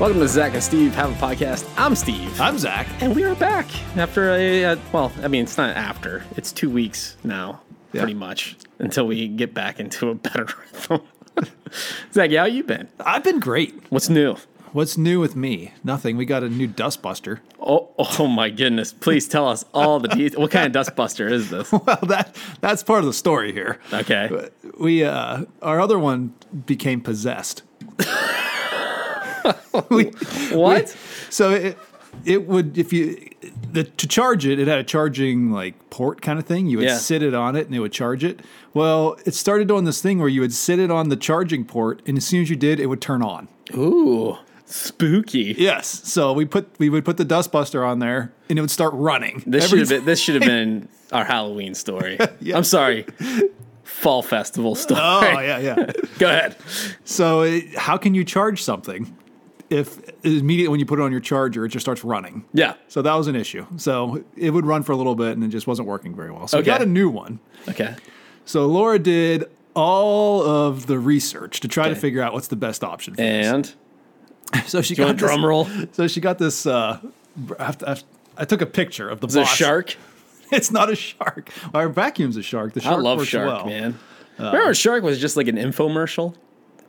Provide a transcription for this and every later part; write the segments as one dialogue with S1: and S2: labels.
S1: Welcome to Zach and Steve Have a Podcast. I'm Steve.
S2: I'm Zach.
S1: And we are back after a, uh, well, I mean, it's not after, it's two weeks now,
S2: Yeah.
S1: pretty much, until we get back into a better rhythm. Zach, how you been?
S2: I've been great.
S1: What's new?
S2: What's new with me? Nothing. We got a new Dustbuster.
S1: Oh, oh my goodness. Please tell us all the details. What kind of dustbuster is this?
S2: Well, that that's part of the story here.
S1: Okay.
S2: We uh, our other one became possessed. we,
S1: What?
S2: so it it would if you the, to charge it, it had a charging like port kind of thing. You would
S1: Yeah.
S2: sit it on it and it would charge it. Well, it started doing this thing where you would sit it on the charging port, and as soon as you did, it would turn on.
S1: Ooh, spooky.
S2: Yes. So we put we would put the dustbuster on there and it would start running.
S1: This
S2: Every-
S1: should have been this should have been our Halloween story.
S2: Yeah.
S1: I'm sorry. Fall festival story.
S2: Oh yeah, yeah.
S1: Go ahead.
S2: so it, how can you charge something if immediately when you put it on your charger it just starts running?
S1: Yeah.
S2: So that was an issue. So it would run for a little bit and it just wasn't working very well. So we
S1: Okay.
S2: got a new one.
S1: Okay.
S2: So Laura did all of the research to try to
S1: Okay.
S2: figure out what's the best option. For this.
S1: And
S2: so she
S1: do you
S2: got
S1: want a drum roll? Is
S2: This, so she got this. Uh, br- I, have to- I have to- I took a picture of the
S1: it a
S2: boss.
S1: shark?
S2: It's not a shark. Our vacuum's a shark. The
S1: I
S2: shark
S1: love
S2: works
S1: shark,
S2: well. Uh,
S1: man. Remember shark was just like an infomercial?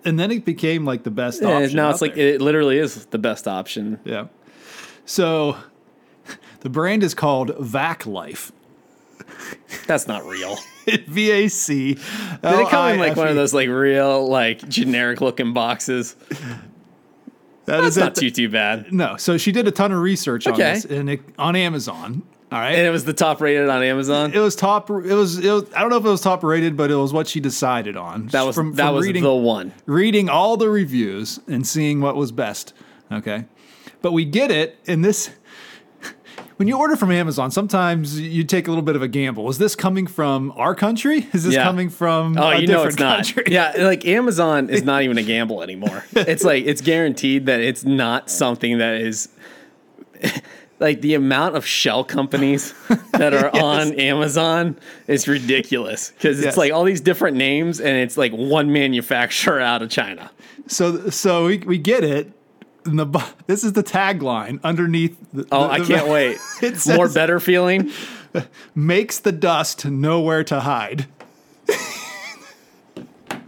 S2: and then it became like the best
S1: Yeah,
S2: option.
S1: now
S2: out
S1: it's like
S2: there.
S1: it literally is the best option.
S2: yeah. So the brand is called Vac Life.
S1: That's not real.
S2: V A C. Did
S1: Did it come in like one
S2: E.
S1: of those like real like generic looking boxes? That's not too too bad.
S2: No, so she did a ton of research on
S1: Okay.
S2: this and it, on Amazon. All right.
S1: And it was the top rated on Amazon.
S2: it was top. It was, it was. I don't know if it was top rated, but it was what she decided on.
S1: That was that was
S2: reading,
S1: the one.
S2: reading all the reviews and seeing what was best. Okay. But we get it. And this, when you order from Amazon, sometimes you take a little bit of a gamble. Is this coming from our country? Is this
S1: Yeah.
S2: coming from
S1: Oh,
S2: a
S1: you know
S2: different
S1: it's
S2: country?
S1: not. Yeah, like Amazon is not even a gamble anymore. It's like it's guaranteed that it's not something that is like the amount of shell companies that are on Amazon is ridiculous because it's
S2: Yes.
S1: like all these different names and it's like one manufacturer out of China.
S2: So, so we, we get it. And the, bu- this is the tagline underneath. The,
S1: Oh,
S2: the-
S1: I
S2: the-
S1: can't wait.
S2: It says,
S1: More better feeling.
S2: makes the dust nowhere to hide.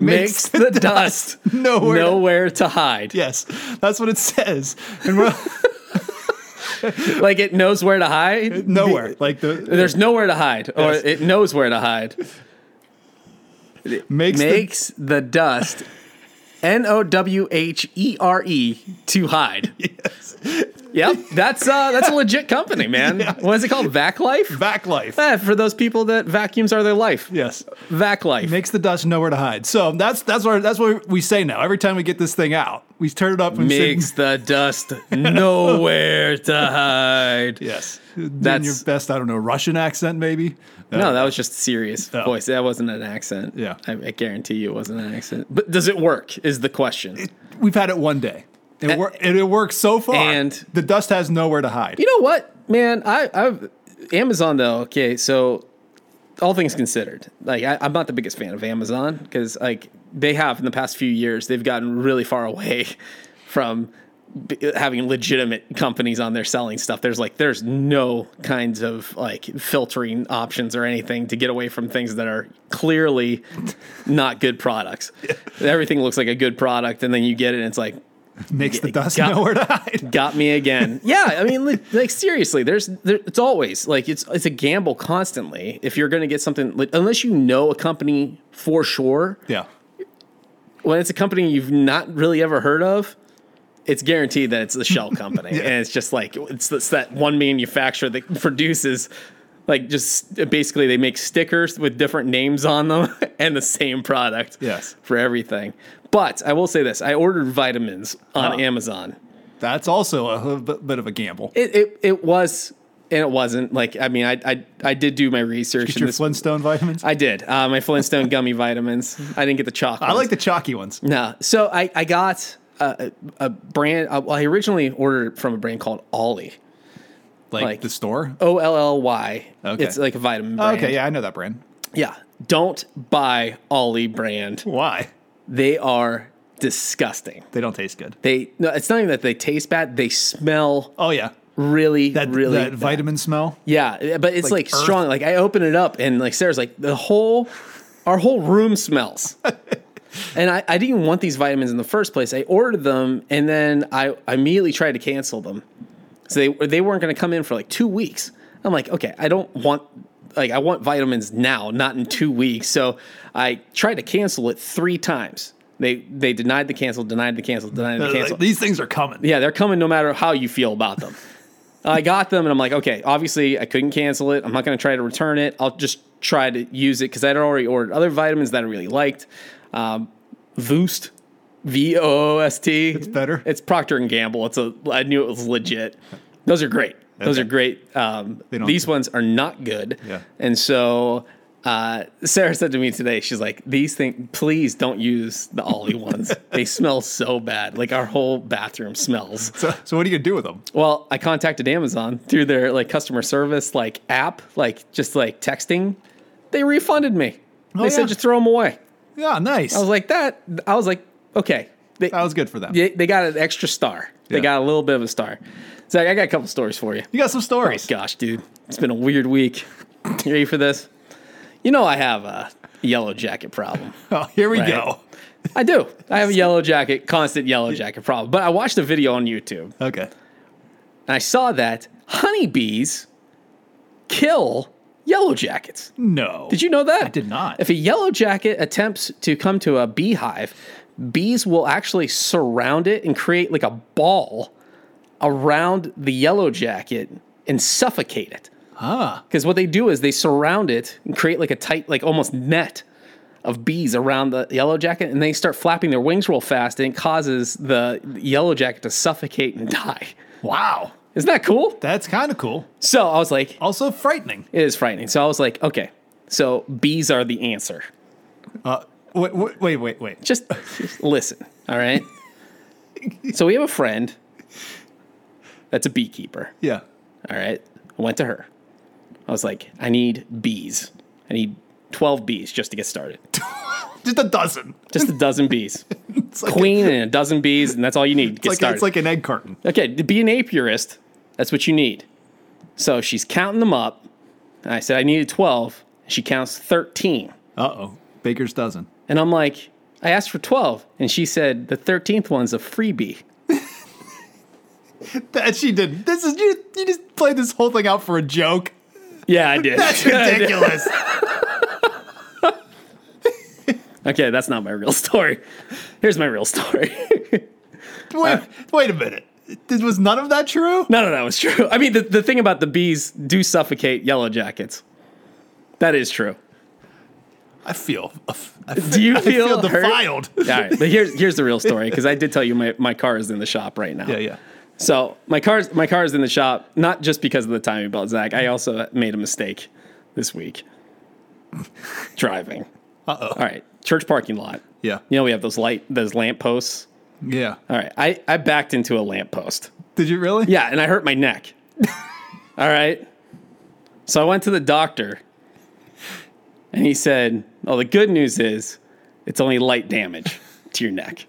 S1: Makes
S2: Makes
S1: the dust
S2: Nowhere. to-
S1: nowhere to hide.
S2: yes, that's what it says. And we're
S1: Like it knows where to hide.
S2: nowhere. Like the
S1: There's nowhere to hide, or
S2: Yes.
S1: it knows where to hide.
S2: makes, the
S1: makes the dust N O W H E R E to hide. Yep, that's uh that's a legit company, man. What is it called? Vac Life?
S2: back life.
S1: Eh, for those people that vacuums are their life.
S2: Yes.
S1: Vac Life.
S2: Makes the dust nowhere to hide. So that's that's what that's what we say now. Every time we get this thing out, we turn it up and sing.
S1: Makes the dust nowhere to hide.
S2: Yes,
S1: That's-
S2: that's your best. I don't know Russian accent, maybe. Uh,
S1: No, that was just serious
S2: Oh.
S1: voice. That wasn't an accent.
S2: Yeah.
S1: I, I guarantee you it wasn't an accent. But does it work? Is the question.
S2: We've had it one day. It, wor- and it works so far,
S1: And-
S2: the dust has nowhere to hide.
S1: You know what, man? I, I've Amazon though. Okay, so all things considered, like I, I'm not the biggest fan of Amazon because like they have in the past few years they've gotten really far away from b- having legitimate companies on there selling stuff. There's like there's no kinds of like filtering options or anything to get away from things that are clearly not good products. Everything looks like a good product, and then you get it, and it's like
S2: Makes the dust
S1: got-
S2: nowhere to hide.
S1: got me again. yeah, I mean, like, like seriously, there's there, it's always like it's it's a gamble constantly. If you're going to get something, like, unless you know a company for sure,
S2: Yeah,
S1: when it's a company you've not really ever heard of. It's guaranteed that it's the shell company, and it's just like it's, it's that one manufacturer that produces, like just basically they make stickers with different names on them and the same product.
S2: Yes.
S1: for everything. But I will say this: I ordered vitamins on Amazon.
S2: that's also a, a bit bit of a gamble.
S1: It, it it was and it wasn't. Like I mean, I I, I did do my research.
S2: Get
S1: And
S2: your
S1: this,
S2: Flintstone vitamins. I,
S1: I did uh, my Flintstone gummy vitamins. I didn't get the chocolate.
S2: like the chalky ones.
S1: no. So I I got a, a a brand. uh, well, I originally ordered it from a brand called Ollie.
S2: Like,
S1: Like-
S2: the store.
S1: O L L Y.
S2: Okay.
S1: It's like a vitamin.
S2: Oh,
S1: Brand.
S2: okay, yeah, I know that brand.
S1: Yeah. Don't buy Ollie brand.
S2: Why?
S1: They are disgusting.
S2: They don't taste good.
S1: They no, it's not even that they taste bad. They smell
S2: Oh yeah,
S1: really,
S2: that
S1: really
S2: that
S1: bad.
S2: vitamin smell.
S1: Yeah, eh, but it's like,
S2: Like earth.
S1: strong. Like I open it up and like Sarah's like the whole our whole room smells. and I, I didn't want these vitamins in the first place. I ordered them and then I, I immediately tried to cancel them. So they they weren't going to come in for like 2 weeks. I'm like, okay, I don't want like I want vitamins now, not in 2 weeks. So I tried to cancel it 3 times. They they denied the cancel, denied the cancel, denied the
S2: They're
S1: cancel.
S2: like, Uh, These things are coming.
S1: Yeah, they're coming no matter how you feel about them. I got them and I'm like, okay, obviously I couldn't cancel it. I'm not going to try to return it. I'll just try to use it because I'd already ordered other vitamins that I really liked. Um, Voost, V O O S T. It's
S2: better.
S1: It's Procter and Gamble. It's a. I knew it was legit. Those are great. Those
S2: Okay.
S1: are great. Um,
S2: They don't-
S1: these ones are not good.
S2: Yeah.
S1: And so. Uh, Sarah said to me today, she's like, "These things, please don't use the Ollie ones. they smell so bad. Like our whole bathroom smells."
S2: So, so what are you gonna do with them?
S1: Well, I contacted Amazon through their like customer service like app, like just like texting. They refunded me. they
S2: Oh, yeah.
S1: said just throw them away.
S2: Yeah, nice.
S1: I was like that. I was like, okay. They
S2: that was good for them.
S1: they, they got an extra star. They
S2: Oh. Yeah.
S1: got a little bit of a star. Zach, I got a couple stories for you.
S2: You got some stories.
S1: Gosh, dude, it's been a weird week. You ready for this? You know I have a yellow jacket problem.
S2: Oh, here we
S1: Right.
S2: go.
S1: I do. I have a yellow jacket, constant yellow jacket problem. But I watched a video on YouTube
S2: Okay.
S1: and I saw that honeybees kill yellow jackets.
S2: No.
S1: Did you know that? I
S2: did not.
S1: If a yellow jacket attempts to come to a beehive, bees will actually surround it and create like a ball around the yellow jacket and suffocate it.
S2: Huh.
S1: Because what they do is they surround it and create like a tight, like almost net of bees around the yellow jacket, and they start flapping their wings real fast, and it causes the yellow jacket to suffocate and die.
S2: Wow.
S1: Isn't that cool?
S2: That's kind of cool.
S1: So I was like,
S2: Also frightening.
S1: it is frightening. So I was like, okay, so bees are the answer.
S2: Uh, wait, wait, wait, wait, wait.
S1: Just, just listen, all right? so we have a friend that's a beekeeper,
S2: Yeah.
S1: all right? I went to her. I was like, I need bees. I need 12 bees just to get started.
S2: Just a dozen.
S1: Just a dozen bees.
S2: It's like,
S1: Queen and a dozen bees, and that's all you need to get
S2: it's like,
S1: started.
S2: it's like an egg carton.
S1: Okay, to be an apiarist, that's what you need. So she's counting them up. And I said, I needed 12. She counts 13.
S2: Uh oh. Baker's dozen.
S1: And I'm like, I asked for 12. And she said, the 13th one's a freebie.
S2: That she did. This is you. You just played this whole thing out for a joke.
S1: Yeah, I did.
S2: That's ridiculous.
S1: okay, that's not my real story. Here's my real story.
S2: wait, wait a minute. This was none of that true.
S1: no, no, that was true. I mean, the, the thing about the bees do suffocate yellow jackets. That is true.
S2: I feel. I feel
S1: Do you
S2: I feel,
S1: feel hurt?
S2: defiled.
S1: All right, but here's here's the real story because I did tell you my, my car is in the shop right now.
S2: Yeah, yeah.
S1: So my car's my car's in the shop, not just because of the timing belt, Zach. I also made a mistake this week. Driving.
S2: Uh oh.
S1: All right. Church parking lot.
S2: Yeah.
S1: You know we have those light those lamp posts.
S2: Yeah.
S1: All right. I, I backed into a lamp post.
S2: Did you really?
S1: Yeah, and I hurt my neck. All right. So I went to the doctor and he said, Oh, the good news is it's only light damage to your neck.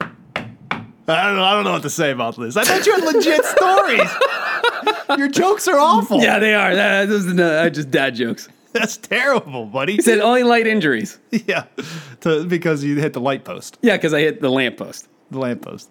S2: I don't know. I don't know what to say about this. I thought you had legit stories. Your jokes are awful.
S1: Yeah, they are. That, that, that, I just dad jokes.
S2: That's terrible, buddy.
S1: He said only light injuries.
S2: Yeah, to, because you hit the light post,
S1: Yeah, because I hit the lamppost.
S2: the lamp post.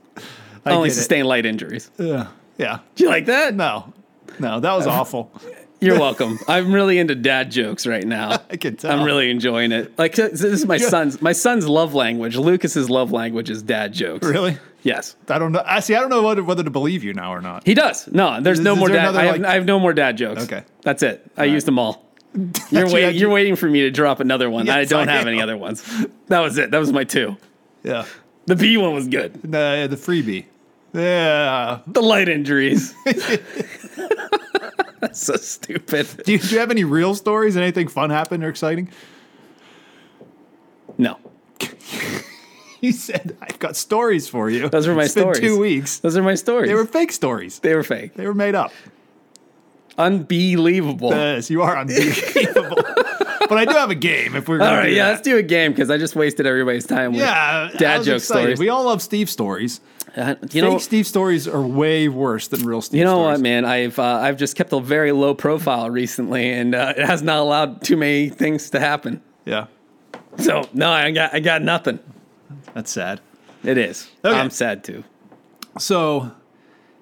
S2: I
S1: I only
S2: get it.
S1: sustained light injuries. Do
S2: Yeah. yeah.
S1: you like that?
S2: No, no, that was awful.
S1: You're welcome. I'm really into dad jokes right now.
S2: I can tell.
S1: I'm really enjoying it. Like this is my son's my son's love language. Lucas's love language is dad jokes.
S2: really.
S1: Yes.
S2: I don't know. I see. I don't know whether, whether to believe you now or not.
S1: He does. No, there's
S2: Is-
S1: no
S2: is
S1: more
S2: there
S1: dad.
S2: another,
S1: I have,
S2: like-
S1: I have no more dad jokes.
S2: Okay.
S1: That's it. I used them all. You're
S2: That's
S1: waiting.
S2: right.
S1: You're waiting for me to drop another one. I
S2: Yes,
S1: don't
S2: I
S1: have
S2: am.
S1: any other ones. That was it. That was my two.
S2: Yeah.
S1: The B one was good.
S2: The the freebie. Yeah.
S1: The light injuries. That's so stupid.
S2: Do you, do you have any real stories? Anything fun happened or exciting?
S1: No,
S2: You said I've got stories for you.
S1: Those were my
S2: It's been
S1: stories.
S2: two weeks.
S1: those are my stories.
S2: They were fake stories.
S1: They were fake.
S2: They were made up.
S1: Unbelievable.
S2: Yes, you are unbelievable. but I do have a game if we're
S1: All
S2: gonna
S1: right,
S2: do
S1: yeah,
S2: that.
S1: let's do a game because I just wasted everybody's time. With,
S2: yeah, I
S1: dad
S2: was
S1: joke
S2: excited.
S1: stories.
S2: We all love Steve stories.
S1: Uh, you
S2: Fake
S1: know,
S2: Steve stories are way worse than real Steve
S1: you know
S2: stories.
S1: what, man? I've uh, I've just kept a very low profile recently, and uh, it has not allowed too many things to happen.
S2: Yeah,
S1: So no, I got I got nothing.
S2: that's sad.
S1: It is.
S2: Okay.
S1: I'm sad too.
S2: So,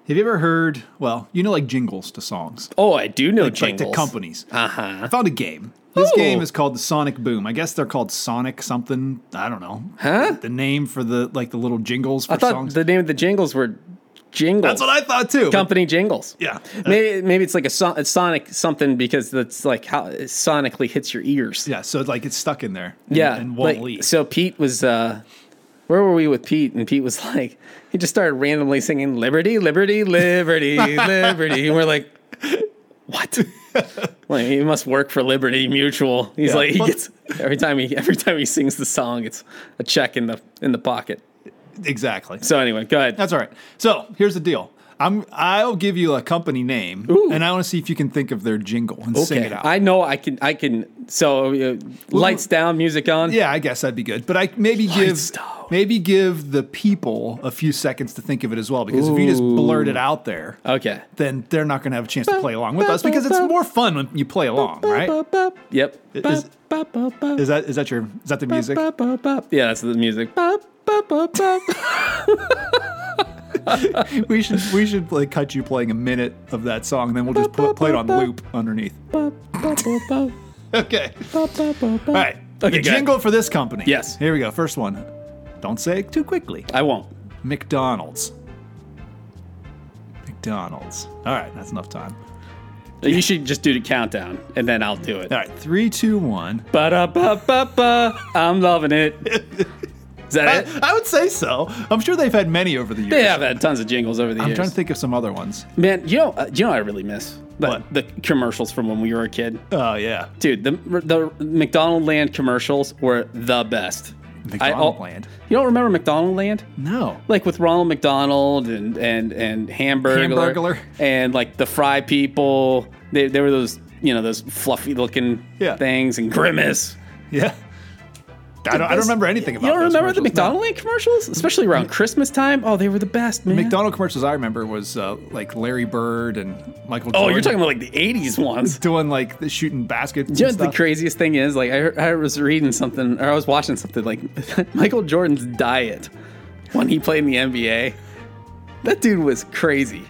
S2: have you ever heard? Well, you know, like jingles to songs,
S1: Oh, I do know
S2: like to
S1: jingles.
S2: companies.
S1: Uh huh.
S2: I found a game. This
S1: Ooh.
S2: game is called the Sonic Boom. I guess they're called Sonic something. I don't know.
S1: Huh?
S2: The name for the like the little jingles for
S1: I thought
S2: songs.
S1: the name of the jingles were jingles.
S2: That's what I thought too. but-
S1: company jingles.
S2: yeah.
S1: Maybe maybe it's like a, son- a Sonic something because that's like how it sonically hits your ears.
S2: Yeah, so like it's stuck in there. and-
S1: Yeah,
S2: And won't
S1: like,
S2: leave.
S1: So Pete was, uh, where were we with Pete? And Pete was like, he just started randomly singing "Liberty, Liberty, Liberty, Liberty," and we're like, what? like he must work for Liberty Mutual. He's
S2: Yeah.
S1: like, he
S2: Well-
S1: gets every time he every time he sings the song, it's a check in the in the pocket.
S2: exactly.
S1: So anyway, go ahead.
S2: That's all right. So here's the deal. I'm I'll give you a company name and I want to see if you can think of their jingle and sing
S1: Okay,
S2: it out.
S1: I know I can. I can. So uh, lights down, music on.
S2: yeah, I guess that'd be good. But I maybe give
S1: Lights down.
S2: maybe give the people a few seconds to think of it as well because if you just blurt it out there,
S1: Okay.
S2: then they're not going to have a chance to play along with us because it's more fun when you play along, right?
S1: Yep.
S2: Is- Is that is that your is that the music?
S1: Bop, bop, bop. Yeah, that's the music. Bop, bop, bop, bop.
S2: We should we should like cut you playing a minute of that song, then we'll just put, play it on loop underneath.
S1: Bop, bop, bop, bop.
S2: Okay.
S1: Bop, bop, bop, bop.
S2: All right.
S1: Okay,
S2: the
S1: go ahead.
S2: jingle for this company.
S1: Yes.
S2: Here we go. First one. Don't say it too quickly.
S1: I won't.
S2: McDonald's. McDonald's. All right, that's enough time.
S1: You should just do the countdown, and then I'll do it.
S2: All right, three, two, one.
S1: Ba ba ba ba. I'm loving it. Is
S2: I,
S1: that it?
S2: I would say so. I'm sure they've had many over the years.
S1: They have had tons of jingles over the
S2: I'm
S1: years.
S2: trying to think of some other ones.
S1: Man, you know, uh, you know, what I really miss the,
S2: What?
S1: the commercials from when we were a kid,
S2: Oh yeah,
S1: dude. The the McDonald Land commercials were the best. I- oh,
S2: McDonaldland.
S1: You don't remember McDonald Land?
S2: No.
S1: like with Ronald McDonald and and and Hamburglar,
S2: Hamburglar.
S1: and like the Fry People. They, they were those you know those fluffy looking
S2: Yeah.
S1: things and grimace.
S2: Yeah. I don't, I don't remember anything about.
S1: You don't
S2: those
S1: remember the
S2: commercials, no.
S1: McDonald Land commercials, especially around Christmas time? Oh, they were the best, man.
S2: McDonald commercials I remember was uh, like Larry Bird and Michael.
S1: oh,
S2: Jordan
S1: you're talking about like the '80s ones.
S2: doing like the shooting baskets.
S1: You know
S2: and
S1: what the
S2: stuff.
S1: craziest thing is? Like I, heard- I was reading something or I was watching something like Michael Jordan's diet when he played in the NBA. That dude was crazy.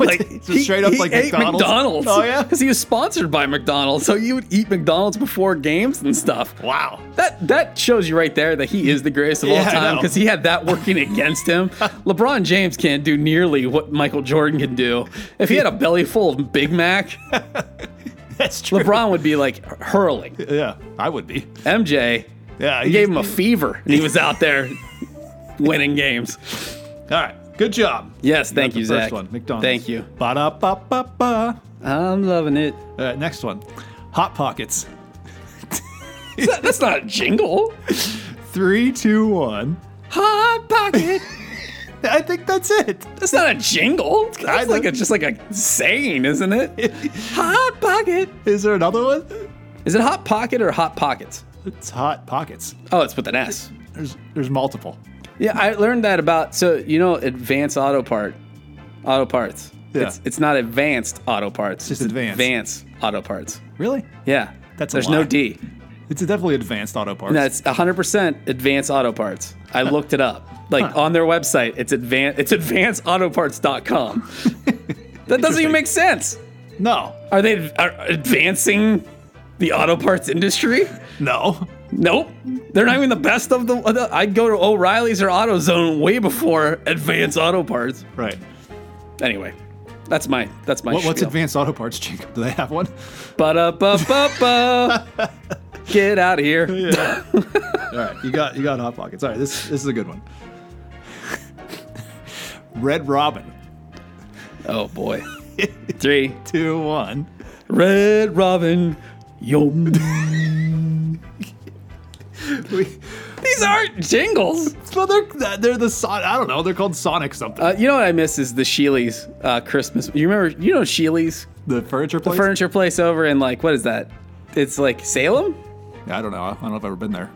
S1: Like
S2: Just straight up like
S1: ate
S2: McDonald's? Oh, yeah?
S1: because he was sponsored by McDonald's, so he would eat McDonald's before games and stuff.
S2: wow.
S1: That that shows you right there that he is the greatest of
S2: Yeah,
S1: all
S2: I
S1: time
S2: know.
S1: because he had that working against him. LeBron James can't do nearly what Michael Jordan can do. If he had a belly full of Big Mac,
S2: That's true.
S1: LeBron would be like hurling.
S2: Yeah, I would be.
S1: MJ
S2: Yeah,
S1: He gave him a fever, and he was out there winning games.
S2: All right, good job.
S1: Yes, thank
S2: Got
S1: you,
S2: the first
S1: Zach.
S2: One, McDonald's.
S1: Thank you.
S2: Ba da ba ba ba.
S1: I'm loving it.
S2: All right, next one, Hot Pockets.
S1: That's not a jingle.
S2: Three, two, one.
S1: Hot pocket.
S2: I think that's it.
S1: That's not a jingle. That's
S2: Kinda.
S1: like a, just like a saying, isn't it? hot pocket.
S2: Is there another one?
S1: Is it hot pocket or hot pockets?
S2: It's Hot Pockets.
S1: Oh, it's with an S.
S2: There's there's multiple.
S1: Yeah, I learned that about so you know advanced auto part, auto parts.
S2: Yeah.
S1: It's it's not advanced auto parts.
S2: Just
S1: it's
S2: advanced.
S1: advanced auto parts.
S2: Really?
S1: Yeah.
S2: That's a
S1: There's no
S2: lie.
S1: D.
S2: It's definitely advanced auto parts.
S1: That's 100% Advanced Auto Parts. I looked it up. Like
S2: Huh.
S1: on their website, it's advanced it's advancedautoparts.com. that doesn't even make sense.
S2: no,
S1: Are they are advancing the auto parts industry?
S2: no.
S1: Nope. They're not even the best of the of the- I'd go to O'Reilly's or AutoZone way before Advanced Auto Parts.
S2: Right.
S1: Anyway, that's my that's my
S2: What, what's
S1: spiel.
S2: advanced auto parts, Jacob? Do they have one?
S1: Ba-da-ba-ba-ba. Get out of here.
S2: All right, you got you got hot pockets. All right, this this is a good one. Red Robin.
S1: Oh boy. 3
S2: Two one.
S1: Red Robin. Yum.
S2: We,
S1: These aren't jingles.
S2: well, they're they're the son. I don't know. They're called Sonic something.
S1: Uh, you know what I miss is the Sheely's uh, Christmas. You remember? You know Sheely's
S2: the furniture place.
S1: furniture place over in like what is that? It's like Salem.
S2: I don't know. I don't know if I've ever been there.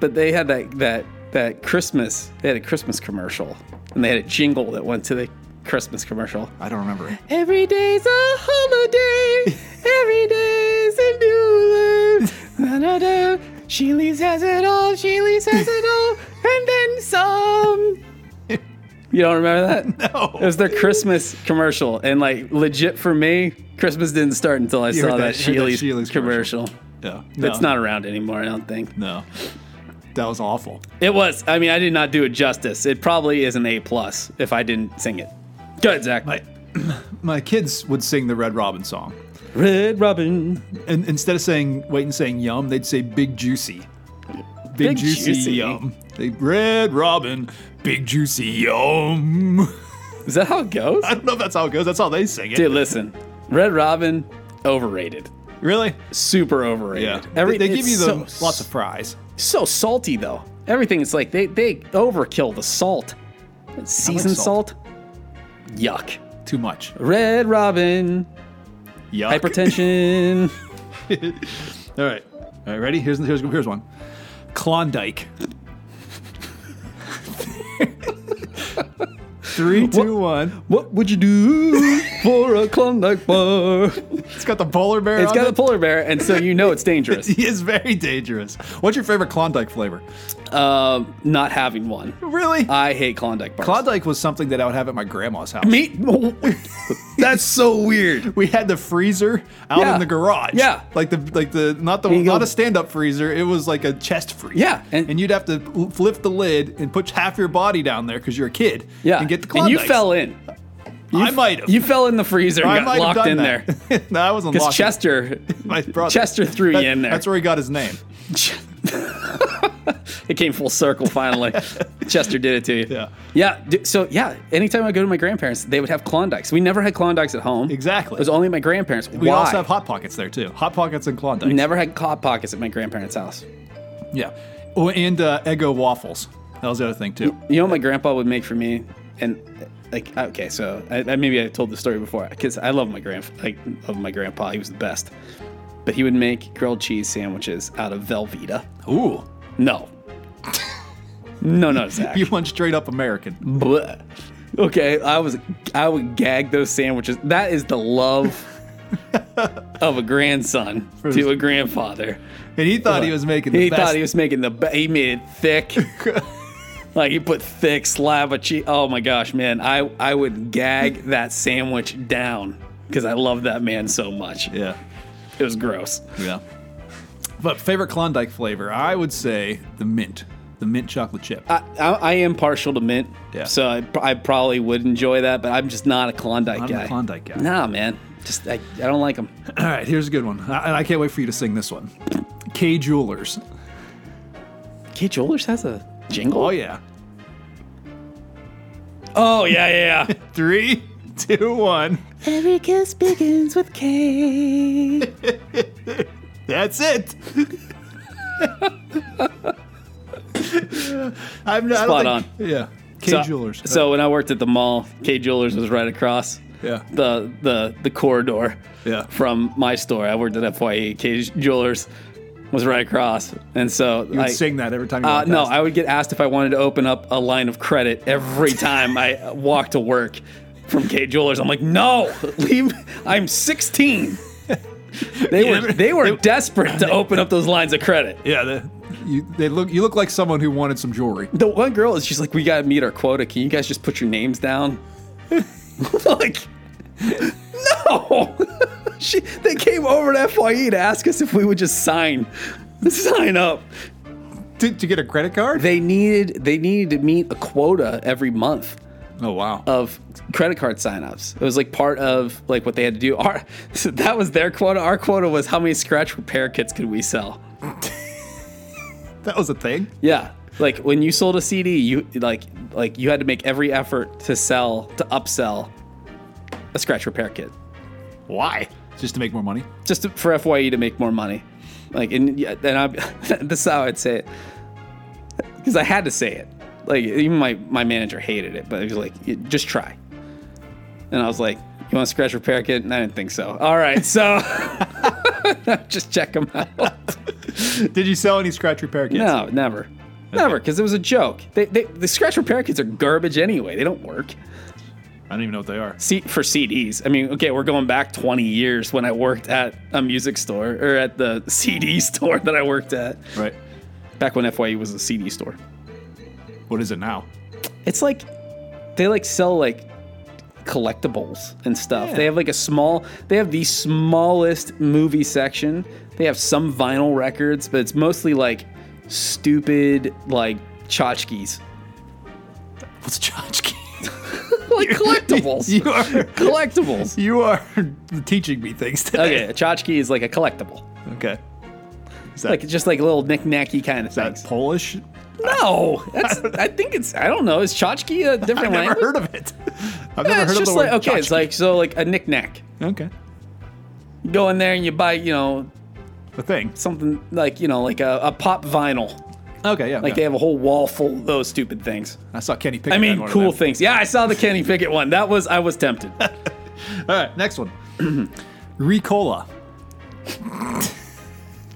S1: But they had that that that Christmas. They had a Christmas commercial, and they had a jingle that went to the Christmas commercial.
S2: I don't remember.
S1: Every day's a holiday. Every day's a new life. Da-da-da. She leaves has it all. She leaves has it all, and then some. You don't remember that?
S2: No.
S1: It was their Christmas commercial, and like legit for me, Christmas didn't start until I
S2: heard
S1: saw that,
S2: that- you heard that
S1: Sheely's
S2: Sheely's commercial.
S1: commercial.
S2: Yeah.
S1: That's not around anymore, I don't think.
S2: No. That was awful.
S1: It was. I mean, I did not do it justice. It probably is an A plus if I didn't sing it. Go ahead, Zach.
S2: My my kids would sing the Red Robin song,
S1: Red Robin.
S2: and instead of saying wait and saying yum, they'd say Big Juicy. Big,
S1: Big
S2: juicy,
S1: Juicy.
S2: yum. They Red Robin, Big Juicy yum.
S1: Is that how it goes?
S2: I don't know if that's how it goes. That's how they sing it.
S1: Dude, listen. Red Robin, overrated.
S2: Really?
S1: Super overrated.
S2: Yeah.
S1: Every,
S2: they, they
S1: it's
S2: give you
S1: so,
S2: the lots of fries.
S1: so salty though. Everything is like they they overkill the salt. Seasoned
S2: salt.
S1: salt. Yuck.
S2: Too much.
S1: Red Robin.
S2: Yeah.
S1: Hypertension.
S2: All right. All right. Ready? Here's here's here's one. Klondike. Three, two, one.
S1: what would you do for a Klondike bar?
S2: It's got the polar bear.
S1: It's
S2: on
S1: got
S2: it.
S1: a polar bear, and so you know it's dangerous.
S2: He is very dangerous. What's your favorite Klondike flavor?
S1: Um, not having one.
S2: Really?
S1: I hate Klondike bars.
S2: Klondike was something that I would have at my grandma's house.
S1: Meat? That's so weird.
S2: We had the freezer out
S1: Yeah.
S2: in the garage.
S1: Yeah.
S2: like the like the not the
S1: You go-
S2: not a stand up freezer. It was like a chest freezer.
S1: Yeah,
S2: and,
S1: and-
S2: you'd have to l- lift the lid and put half your body down there because you're a kid.
S1: Yeah.
S2: and get the
S1: and
S2: Klondike.
S1: you fell in.
S2: I might have.
S1: You fell in the freezer and
S2: I
S1: got
S2: might have
S1: locked
S2: done
S1: in
S2: that.
S1: there.
S2: no, I wasn't
S1: Because
S2: locked. in.
S1: Chester,
S2: My brother.
S1: Chester threw
S2: That-
S1: you in there.
S2: That's where he got his name.
S1: it came full circle finally. Chester did it to you.
S2: Yeah.
S1: Yeah. d- So, yeah, anytime I go to my grandparents, they would have Klondikes. We never had Klondikes at home.
S2: Exactly.
S1: It was only my grandparents.
S2: We
S1: Why?
S2: also have hot pockets there too. Hot pockets and Klondike.
S1: never had Hot Pockets at my grandparents' house.
S2: Yeah. Oh, and uh, Eggo waffles. That was the other thing too.
S1: You know what my grandpa would make for me, and like okay, so I, I maybe I told the story before because I love my grand, I love my grandpa. He was the best, but he would make grilled cheese sandwiches out of Velveeta.
S2: Ooh,
S1: No, no, no, Zach.
S2: you went straight up American.
S1: Bleh. Okay, I was I would gag those sandwiches. That is the love of a grandson
S2: his-
S1: to a grandfather.
S2: And he thought he was making the
S1: he
S2: best.
S1: thought he was making the be- he made it thick like he put thick slab of cheese oh my gosh man i i would gag that sandwich down because i love that man so much
S2: yeah,
S1: it was gross
S2: yeah. But favorite Klondike flavor, I would say the mint, the mint chocolate chip.
S1: I, I, I am partial to mint,
S2: Yeah.
S1: so I, pr- I probably would enjoy that, but I'm just not a Klondike
S2: Not a
S1: guy.
S2: Klondike guy.
S1: Nah, man, just I, I don't like them.
S2: All right, here's a good one, I, and I can't wait for you to sing this one. K Jewelers.
S1: Kate Jewelers has a jingle.
S2: Oh yeah.
S1: Oh yeah, yeah. yeah.
S2: Three, two, one.
S1: Every kiss begins with K.
S2: That's it. I'm not.
S1: Spot
S2: I don't
S1: on.
S2: think- Yeah. K
S1: so,
S2: Jewelers.
S1: So when I worked at the mall, K Jewelers was right across
S2: Yeah.
S1: the the the corridor
S2: Yeah.
S1: from my store. I worked at FYE. K Jewelers was right across, and so
S2: You
S1: I
S2: would sing that every time you
S1: Uh,
S2: walked
S1: no,
S2: past.
S1: I would get asked if I wanted to open up a line of credit every time I walked to work from K Jewelers. I'm like, no, leave. I'm 16. They were they were desperate to open up those lines of credit.
S2: Yeah, the, you they look you look like someone who wanted some jewelry.
S1: The one girl is just like, we gotta meet our quota. Can you guys just put your names down? like, no. she, they came over to Fye to ask us if we would just sign, sign up.
S2: To, to get a credit card?
S1: They needed they needed to meet a quota every month
S2: oh wow.
S1: of credit card signups. It was like part of like what they had to do. Our so that was their quota. Our quota was how many scratch repair kits could we sell?
S2: that was a thing.
S1: Yeah. Like when you sold a CD, you like like you had to make every effort to sell to upsell a scratch repair kit
S2: Why? Just to make more money.
S1: just to, for Fye to make more money. Like and yeah, and I this is how I'd say it because I had to say it. Like even my my manager hated it, but he was like, "You- "Just try." And I was like, "You want a scratch repair kit?" And I didn't think so. All right, so just check them out.
S2: Did you sell any scratch repair kits?
S1: No, never. Never, because it was a joke. They, they, the scratch repair kits are garbage anyway. They don't work.
S2: I don't even know what they are.
S1: C- for CDs. I mean, okay, we're going back 20 years when I worked at a music store or at the CD store that I worked at
S2: Right.
S1: back when FYE was a CD store.
S2: What is it now?
S1: It's like they like sell like collectibles and stuff.
S2: Yeah.
S1: They have like a small they have the smallest movie section. They have some vinyl records, but it's mostly like stupid like tchotchkes.
S2: What's tchotchke?
S1: Like collectibles.
S2: you are
S1: collectibles.
S2: you are teaching me things today.
S1: Okay, a tchotchke is like a collectible.
S2: Okay. Okay. Is that,
S1: Like just like little knick-knacky kind of
S2: that
S1: things.
S2: Polish?
S1: No, that's, I think it's I don't know. Is tchotchke a different
S2: I've never
S1: language?
S2: heard of it. I've never
S1: Yeah,
S2: heard
S1: it's
S2: of
S1: just
S2: the
S1: like
S2: word
S1: okay, it's
S2: tchotchke.
S1: like so like a knick-knack.
S2: okay,
S1: You go in there and you buy you know
S2: the thing.
S1: something like you know like a, a pop vinyl.
S2: Okay, yeah.
S1: Like they have a whole wall full of those stupid things.
S2: I saw Kenny Pickett.
S1: I
S2: had
S1: mean,
S2: one of
S1: cool
S2: them.
S1: things. Yeah, I saw the Kenny Pickett one. That was I was tempted.
S2: All right, next one. Ricola.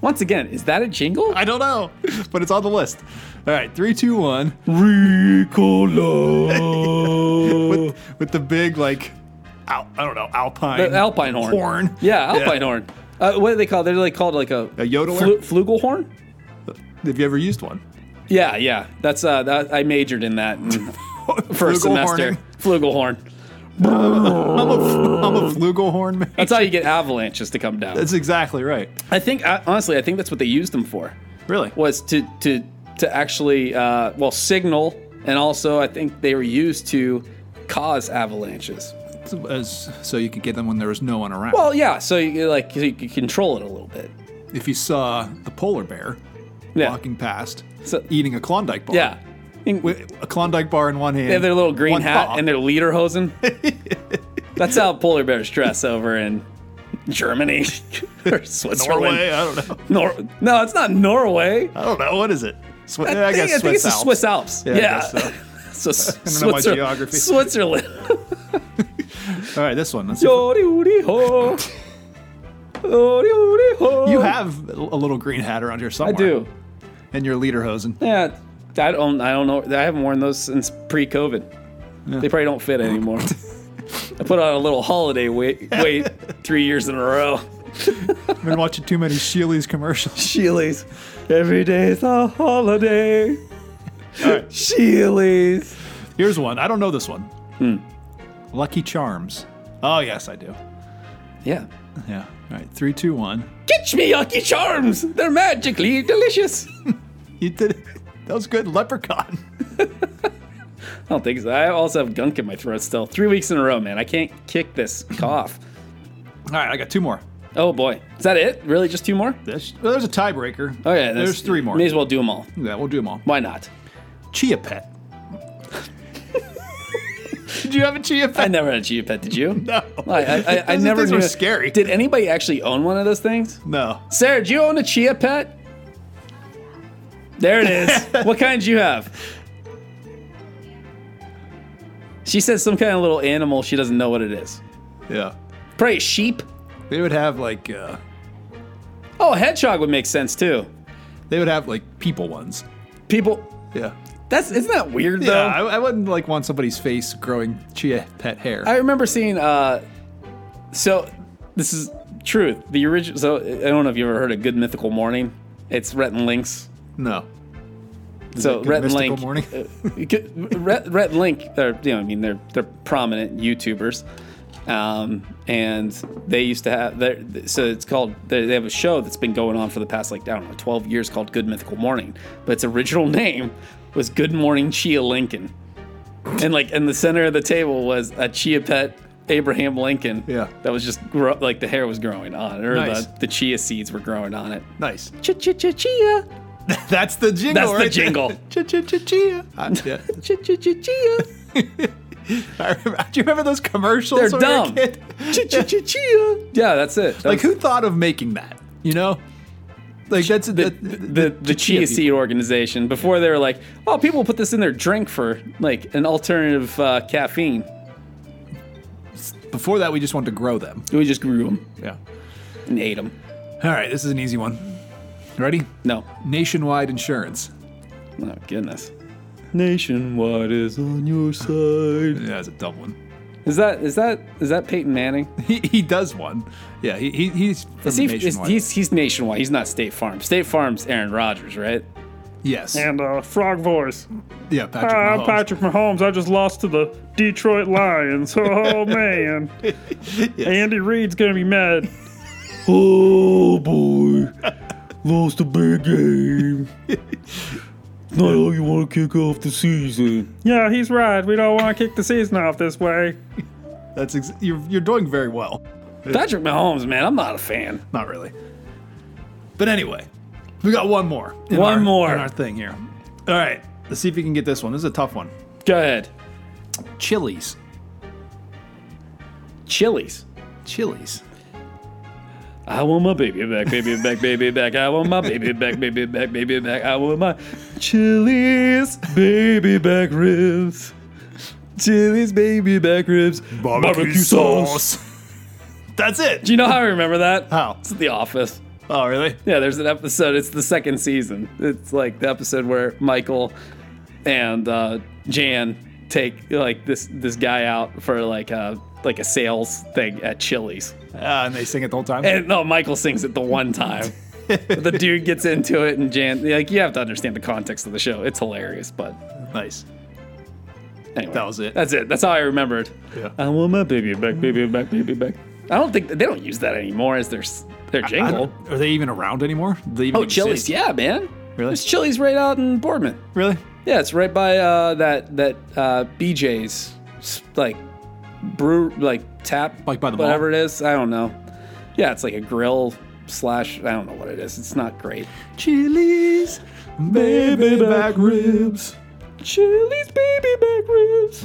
S1: Once again, is that a jingle?
S2: I don't know, but it's on the list. All right, three, two, one.
S1: Ricola.
S2: With, with the big like, al- I don't know, alpine.
S1: The Alpine horn.
S2: Horn.
S1: Yeah, alpine horn. Uh, what do they call? They're like called like a,
S2: A yodeler?
S1: flu- flugelhorn.
S2: Have you ever used one?
S1: Yeah, yeah. That's uh, that, I majored in that in first semester.
S2: Flugelhorning.
S1: Flugelhorn.
S2: I'm a, f- I'm a flugelhorn man.
S1: That's how you get avalanches to come down.
S2: That's exactly right.
S1: I think I, honestly, I think that's what they used them for.
S2: Really?
S1: was to to to actually uh, well signal, and also I think they were used to cause avalanches.
S2: So- As, so you could get them when there was no one around.
S1: Well, yeah, so you like you could control it a little bit.
S2: if you saw the polar bear
S1: Yeah,
S2: walking past,
S1: So-
S2: eating a Klondike bar.
S1: yeah. With,
S2: With a Klondike bar in one hand.
S1: they have their little green
S2: one
S1: hat
S2: paw.
S1: and their leader hosen. That's how polar bears dress over in Germany or Switzerland.
S2: Norway. I don't know.
S1: Nor- no, it's not Norway.
S2: I don't know. What is it? Swi-
S1: I,
S2: I,
S1: think,
S2: guess
S1: I think it's
S2: Swiss
S1: the Swiss Alps. Yeah.
S2: I guess
S1: so, s-
S2: don't know my
S1: Switzer-
S2: geography.
S1: Switzerland.
S2: Alps. All right, this one. Let's see.
S1: Yo-de-oo-de-ho. Yo-de-oo-de-ho.
S2: You have a little green hat around here
S1: I
S2: somewhere.
S1: do.
S2: And your lederhosen.
S1: Yeah. I don't. I don't know. I haven't worn those since pre-COVID. They probably don't fit anymore. I put on a little holiday weight, weight three years in a row.
S2: I've been watching too many Sheely's commercials.
S1: Sheelys. Every day is a holiday. Sheelys.
S2: Here's one. I don't know this one.
S1: Hmm.
S2: Lucky Charms. Oh yes, I do.
S1: Yeah.
S2: Yeah. All right. Three, two, one.
S1: Catch me, Yucky Charms. They're magically delicious.
S2: You did. it. That was good. Leprechaun.
S1: I don't think so. I also have gunk in my throat still. Three weeks in a row, man. I can't kick this cough.
S2: All right, I got two more.
S1: Oh boy, is that it? Really, just two more?
S2: There's, well, there's a tiebreaker.
S1: Oh yeah,
S2: There's three more.
S1: May as well do them all.
S2: Yeah, we'll do them all.
S1: Why not?
S2: Chia pet. Did you have a chia
S1: I
S2: pet?
S1: never had a chia pet. Did you?
S2: No.
S1: I, I, I, I
S2: Those
S1: never
S2: things
S1: knew.
S2: were scary.
S1: Did anybody actually own one of those things?
S2: No.
S1: Sarah, do you own a chia pet? There it is. what kind do you have? She said some kind of little animal. She doesn't know what it is.
S2: Yeah.
S1: Probably a sheep.
S2: They would have like uh,
S1: Oh, a hedgehog would make sense too.
S2: they would have like people ones.
S1: People,
S2: Yeah.
S1: that's isn't that weird though?
S2: Yeah, I, I wouldn't like want somebody's face growing chia pet hair.
S1: I remember seeing. Uh, so this is truth. The original. So I don't know if you ever heard of Good Mythical Morning. It's Rhett and Link's.
S2: no.
S1: so
S2: Good
S1: Rhett and
S2: Mystical
S1: Link.
S2: Morning?
S1: uh, you could- Rhett, Rhett and Link. They're you know I mean they're they're prominent YouTubers, um, and they used to have. they're- So it's called. They they have a show that's been going on for the past like I don't know twelve years called Good Mythical Morning. But its original name was Good Morning Chia Lincoln, and like in the center of the table was a chia pet. Abraham Lincoln.
S2: Yeah.
S1: That was just grow, like the hair was growing on, or
S2: Nice.
S1: the, the chia seeds were growing on it.
S2: Nice.
S1: Chia chia chia chia.
S2: That's the jingle.
S1: That's the
S2: right there.
S1: jingle.
S2: Chia chia chia chia. I, yeah.
S1: Chia chia chia chia.
S2: I remember, do you remember those commercials?
S1: They're
S2: when we were a
S1: dumb.
S2: kid?
S1: Ch-ch-ch-chia. Yeah, that's it. That was
S2: Like who thought of making that? You know, like that's
S1: the,
S2: that,
S1: the, the, chia seed organization before they were like, oh, people put this in their drink for like an alternative uh, caffeine.
S2: Before that, we just wanted to grow them.
S1: We just grew them
S2: Yeah.
S1: and ate them.
S2: All right, this is an easy one. Ready?
S1: No.
S2: Nationwide Insurance.
S1: Oh goodness. Nationwide is on your side.
S2: Yeah, that's a dumb one.
S1: Is that is that is that Peyton Manning?
S2: He, he does one. Yeah, he, he he's from
S1: Is he, is-
S2: Nationwide.
S1: he's he's nationwide. He's not State Farm. State Farm's Aaron Rodgers, right?
S2: yes.
S3: and uh, Frog Voice.
S2: Yeah,
S1: Uh,
S2: Patrick
S3: Hi,
S2: Mahomes.
S3: I'm Patrick Mahomes. I just lost to the Detroit Lions. Oh man, Andy Reid's gonna be mad.
S1: Oh boy, lost a big game. Not how you want to kick off the season.
S3: Yeah, he's right. We don't want to kick the season off this way.
S2: That's ex- you're you're doing very well.
S1: Patrick Mahomes, man, I'm not a fan.
S2: Not really. But anyway, we got one more. in
S1: One
S2: our-
S1: more.
S2: in our thing here. All right, let's see if we can get this one. This is a tough one.
S1: Go ahead,
S2: Chili's.
S1: Chili's.
S2: Chili's.
S1: I want my baby back, baby back, baby back. I want my baby back, baby back, baby back. I want my Chili's baby back ribs. Chili's baby back ribs.
S2: That's it.
S1: Do you know how I remember that?
S2: How?
S1: It's The Office.
S2: Oh, really?
S1: Yeah, there's an episode. It's the second season. It's like the episode where Michael and uh, Jan take like this this guy out for like a like a sales thing at Chili's.
S2: Uh, and they sing it the whole time.
S1: And no, Michael sings it the one time. the dude gets into it, and Jan like you have to understand the context of the show. It's hilarious, but
S2: nice.
S1: anyway,
S2: That was it.
S1: That's it. That's how I remembered.
S2: Yeah.
S1: I want my baby back, baby back, baby back. I don't think they don't use that anymore as their s- their
S2: I
S1: jingle.
S2: don't- Are they even around anymore? Do they even
S1: Oh,
S2: exist?
S1: Chili's, yeah, man.
S2: Really?
S1: There's Chili's right out in Boardman.
S2: Really?
S1: Yeah, it's right by uh, that that uh, BJ's like brew like tap
S2: Like by the mall?
S1: whatever it is. I don't know. Yeah, it's like a grill slash. I don't know what it is. It's not great.
S2: Chili's, baby back ribs,
S1: Chili's baby back ribs.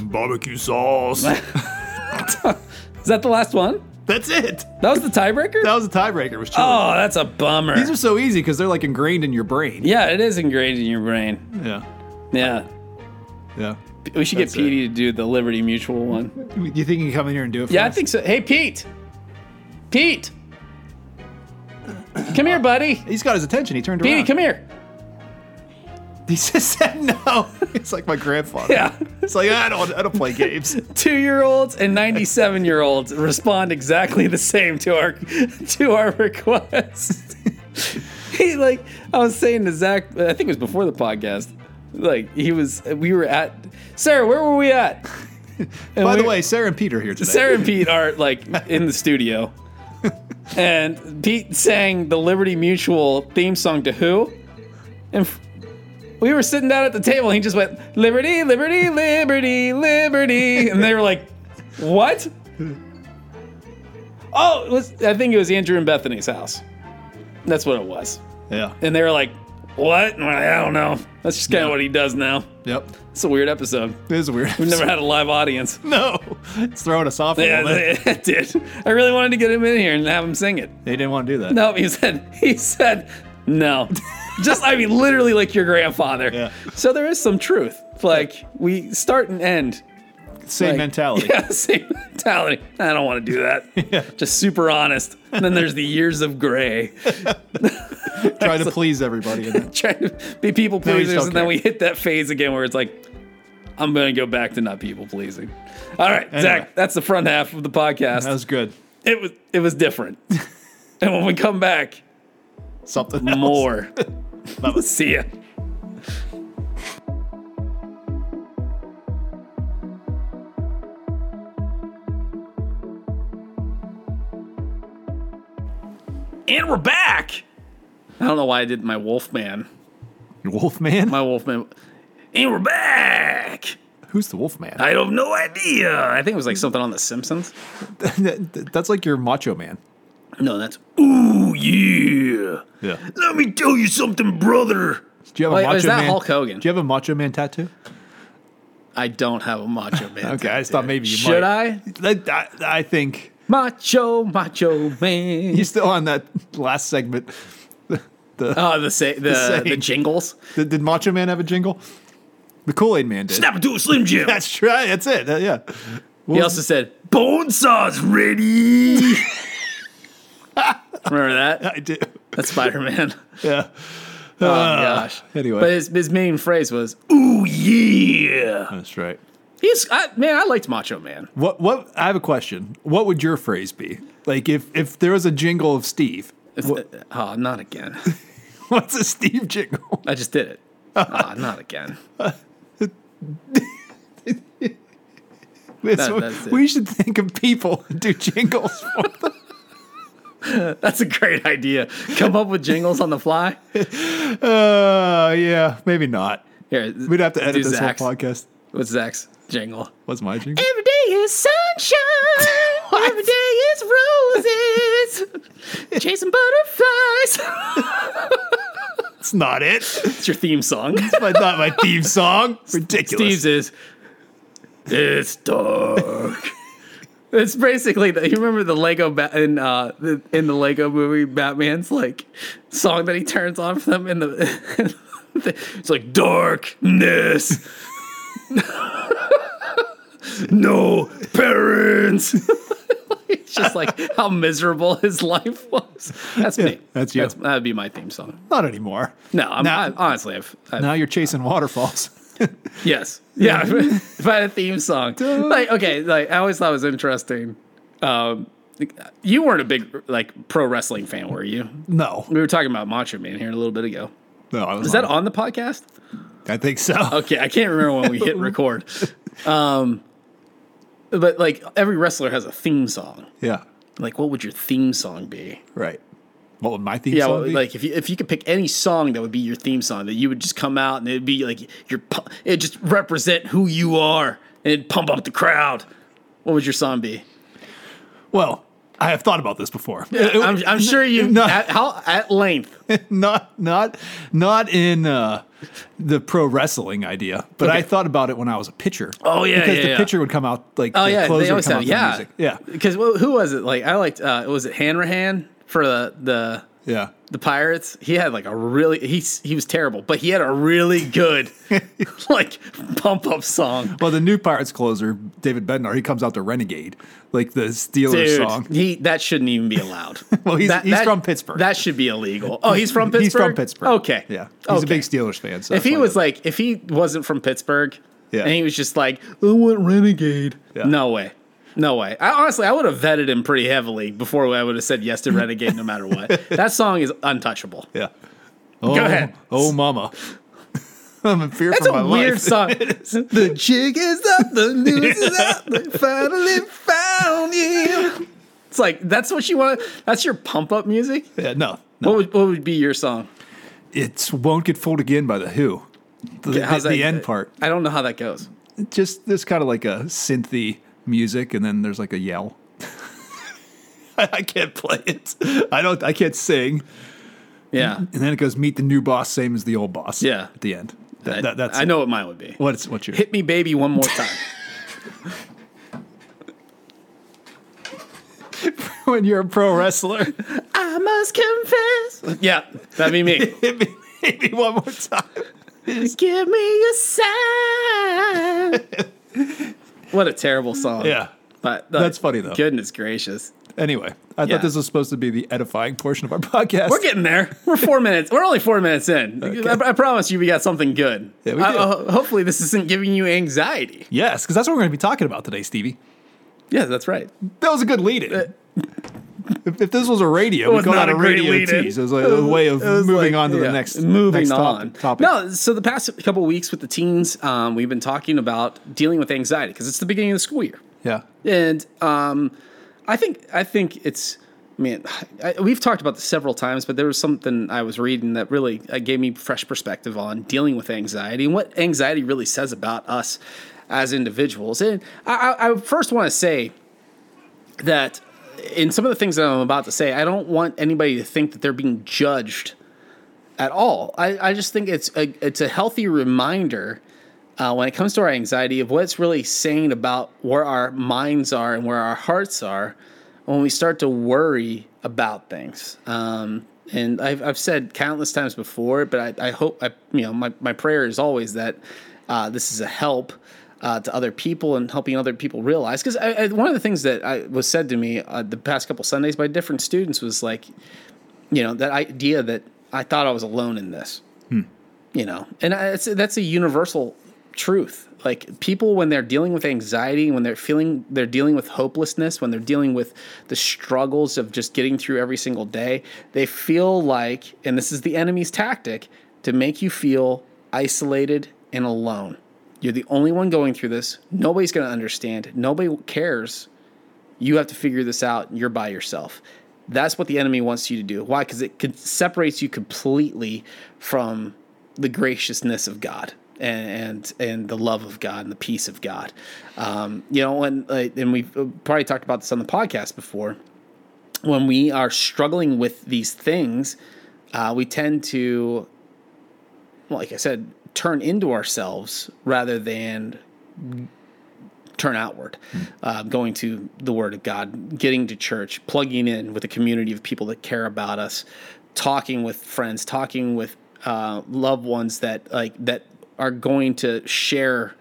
S2: barbecue sauce.
S1: Is that the last one?
S2: That's it.
S1: That was the tiebreaker.
S2: That was a tiebreaker. Was Chili's.
S1: oh, that's a bummer.
S2: These are so easy because they're like ingrained in your brain.
S1: yeah, it is ingrained in your brain.
S2: Yeah.
S1: Yeah,
S2: Yeah.
S1: we should get
S2: That's it.
S1: Petey to do the Liberty Mutual one.
S2: You you think you can come in here and do it? For
S1: Yeah, I
S2: us?
S1: think so. Hey, Pete. Pete, come here, buddy.
S2: he's got his attention. He turned
S1: Petey,
S2: around.
S1: come here.
S2: He just said no. It's like my grandfather.
S1: Yeah.
S2: It's like I don't. I don't play games.
S1: Two year olds and 97 year olds respond exactly the same to our to our request. he like I was saying to Zach, I think it was before the podcast. Like he was we were at Sarah, where were we at? And
S2: By the
S1: we-
S2: way, Sarah and Pete are here today.
S1: Sarah and Pete are like in the studio. And Pete sang the Liberty Mutual theme song to who? And f- we were sitting down at the table and he just went, Liberty, Liberty, Liberty, Liberty. And they were like, What? Oh, it was, I think it was Andrew and Bethany's house. That's what it was.
S2: Yeah.
S1: And they were like, What? And we're like, I don't know. That's just kind of what he does now.
S2: Yep.
S1: It's a weird episode.
S2: It is weird.
S1: We've never had a live audience.
S2: no. It's throwing us off a
S1: Yeah,
S2: little bit.
S1: it did. I really wanted to get him in here and have him sing it.
S2: They didn't want to do that.
S1: No, he said he said no. Just I mean literally like your grandfather.
S2: Yeah.
S1: So there is some truth. Like we start and end.
S2: Same
S1: Like,
S2: mentality.
S1: Yeah, same mentality. I don't want to do that. Just super honest. And then there's the years of gray.
S2: Try to please everybody. In that.
S1: Trying to be people
S2: No, you just
S1: pleasers,
S2: don't
S1: and then
S2: care.
S1: we hit that phase again where it's like, I'm gonna go back to not people pleasing. All right,
S2: Anyway.
S1: Zach, that's the front half of the podcast.
S2: that was good.
S1: it was it was different. and when we come back,
S2: Something else.
S1: more.
S2: That was
S1: See ya. And we're back. I don't know why I did my Wolfman.
S2: Wolfman.
S1: My Wolfman. And we're back.
S2: Who's the Wolfman?
S1: I have no idea. I think it was like something on The Simpsons.
S2: That's like your Macho Man.
S1: No, that's ooh yeah.
S2: Yeah.
S1: Let me tell you something, brother.
S2: Do you have a
S1: Wait,
S2: Macho
S1: is that
S2: Man?
S1: Hulk Hogan?
S2: Do you have a Macho Man tattoo?
S1: I don't have a macho man.
S2: Okay, I just thought maybe you
S1: Should
S2: might.
S1: I?
S2: Should I? I think
S1: Macho, macho man.
S2: you're still on that last segment.
S1: Oh, the say, the,
S2: saying.
S1: the jingles.
S2: Did, did Macho Man have a jingle? The Kool Aid Man did.
S1: Snap into a Slim Jim.
S2: That's true. That's it. Uh, yeah.
S1: He also said, "Bone saws ready." Remember that?
S2: I do.
S1: That's Spider Man.
S2: Yeah. Ah.
S1: Oh gosh.
S2: anyway.
S1: but his, his main phrase was "Ooh yeah."
S2: That's right.
S1: He's I, man. I liked Macho Man.
S2: What what I have a question. What would your phrase be? Like if if there was a jingle of Steve,
S1: It's- oh, not again.
S2: what's a Steve jingle?
S1: I just did it. Ah, not again.
S2: It's-
S1: that's it.
S2: we should think of people and do jingles for them.
S1: That's a great idea. Come up with jingles on the fly.
S2: Uh, yeah, maybe not.
S1: Here,
S2: We'd have to
S1: do
S2: edit this
S1: Zach's.
S2: whole podcast.
S1: What's Zach's jingle?
S2: What's my jingle?
S1: Every day is sunshine. Every day is roses. Chasing butterflies.
S2: It's not it. It's
S1: it's your theme song.
S2: my- not my theme song. Ridiculous.
S1: Steve's is. It's dark. it's basically the, you remember the Lego ba- in uh the, in the Lego movie Batman's like song that he turns on for them in the. It's like darkness. no parents. it's just like how miserable his life was. That's me.
S2: that's you.
S1: that'd be my theme song.
S2: not anymore.
S1: No, I'm,
S2: Now-
S1: I, honestly, I've, I've
S2: Now you're chasing waterfalls.
S1: Yes. Yeah. if I had a theme song.
S2: Duh.
S1: Like, okay, like I always thought it was interesting. Um you weren't a big like pro wrestling fan, were you?
S2: No,
S1: We were talking about Macho Man here a little bit ago.
S2: no. I was
S1: Is that on the podcast?
S2: I think so.
S1: Okay, I can't remember when we hit record. Um but like every wrestler has a theme song.
S2: Yeah,
S1: Like what would your theme song be?
S2: right. What would my theme
S1: Yeah,
S2: song
S1: well,
S2: be?
S1: like if you if you could pick any song that would be your theme song, that you would just come out and it'd be like your pu- it'd just represent who you are and it'd pump up the crowd. What would your song be?
S2: well, I have thought about this before. It- it-
S1: I'm, I'm sure you
S2: No.
S1: at, how at length.
S2: not not not in uh, the pro wrestling idea, but I thought about it when I was a pitcher.
S1: Oh, yeah,
S2: because
S1: yeah,
S2: the
S1: yeah.
S2: pitcher would come out like
S1: Oh
S2: the
S1: yeah,
S2: closer
S1: they always
S2: would
S1: have
S2: come out
S1: yeah
S2: to the music.
S1: because who was it like I liked uh, was it Hanrahan for the the
S2: yeah, yeah.
S1: the Pirates? He had like a really he he was terrible, but he had a really good like pump up song.
S2: Well, the new Pirates closer, David Bednar, he comes out to Renegade, like the Steelers
S1: Dude,
S2: song.
S1: He that shouldn't even be allowed.
S2: Well, he's-
S1: That-
S2: he's
S1: that-
S2: from Pittsburgh.
S1: That should be illegal. Oh, he's from Pittsburgh.
S2: He's from Pittsburgh.
S1: Okay.
S2: Yeah. He's
S1: Okay.
S2: a big Steelers fan. So
S1: If
S2: that's
S1: he
S2: why
S1: was like, if he wasn't from Pittsburgh,
S2: Yeah.
S1: and he was just like, I want Renegade.
S2: Yeah.
S1: No way. No way. I honestly, I would have vetted him pretty heavily before I would have said yes to Renegade, no matter what. That song is untouchable.
S2: Yeah. Oh,
S1: ahead.
S2: Oh, mama. I'm in fear
S1: That's
S2: for
S1: a
S2: my
S1: weird
S2: life.
S1: song. the jig is up, the news is up, they finally found you. It's like that's what you want. That's your pump up music.
S2: Yeah, no, no.
S1: What would what would be your song?
S2: It's Won't Get Fooled Again by The Who. The,
S1: How's
S2: the,
S1: that-
S2: the end part.
S1: I don't know how that goes.
S2: Just there's kind of like a synthy music, and then there's like a yell. I can't play it. I don't. I can't sing.
S1: Yeah,
S2: And then it goes meet the new boss, same as the old boss.
S1: Yeah.
S2: At the end. That,
S1: I-
S2: that, that's
S1: I
S2: it.
S1: know what mine would be.
S2: What's what's your
S1: Hit me, baby, one more time.
S2: when you're a pro wrestler?
S1: I must confess. Yeah, that'd be me.
S2: Hit me, hit me one more time.
S1: Give me a sign. what a terrible song.
S2: Yeah.
S1: but uh,
S2: That's funny, though.
S1: Goodness gracious,
S2: Anyway, I
S1: Yeah.
S2: thought this was supposed to be the edifying portion of our podcast.
S1: we're getting there. We're four minutes. We're only four minutes in. I, I promise you, we got something good.
S2: Yeah, we
S1: I-
S2: do.
S1: I- hopefully, this isn't giving you anxiety.
S2: yes, because that's what we're going to be talking about today, Stevie.
S1: Yeah, that's right.
S2: That was a good lead in. if, if this was a radio, we
S1: was
S2: call
S1: Uh, not
S2: that a
S1: a great
S2: radio
S1: lead-in.
S2: tease. It was like a way of moving
S1: like,
S2: on to
S1: yeah,
S2: the next
S1: moving
S2: next top-
S1: on
S2: topic.
S1: No, so the past couple weeks with the teens, um, we've been talking about dealing with anxiety because it's the beginning of the school year,
S2: Yeah.
S1: and um, I think I think it's man, I, we've talked about this several times, but there was something I was reading that really uh, gave me fresh perspective on dealing with anxiety and what anxiety really says about us as individuals. And I, I, I first want to say that in some of the things that I'm about to say, I don't want anybody to think that they're being judged at all. I, I just think it's a it's a healthy reminder uh, when it comes to our anxiety of what it's really saying about where our minds are and where our hearts are when we start to worry about things. Um, and I've, I've said countless times before, but I, I hope I you know my, my prayer is always that uh, this is a help uh, to other people and helping other people realize. Because I, I, one of the things that I, was said to me uh, the past couple Sundays by different students was like, you know, that idea that I thought I was alone in this. You know, and I, it's, that's a universal truth. Like people, when they're dealing with anxiety, when they're feeling, they're dealing with hopelessness, when they're dealing with the struggles of just getting through every single day, they feel like, and this is the enemy's tactic, to make you feel isolated and alone. You're the only one going through this. Nobody's going to understand. Nobody cares. You have to figure this out. You're by yourself. That's what the enemy wants you to do. Why? Because it con- separates you completely from the graciousness of God and and, and the love of God and the peace of God. Um, you know, and uh, and we've uh, probably talked about this on the podcast before. When we are struggling with these things, uh, we tend to well, like I said, turn into ourselves rather than turn outward. Uh, going to the Word of God, getting to church, plugging in with a community of people that care about us, talking with friends, talking with uh, loved ones that like that are going to share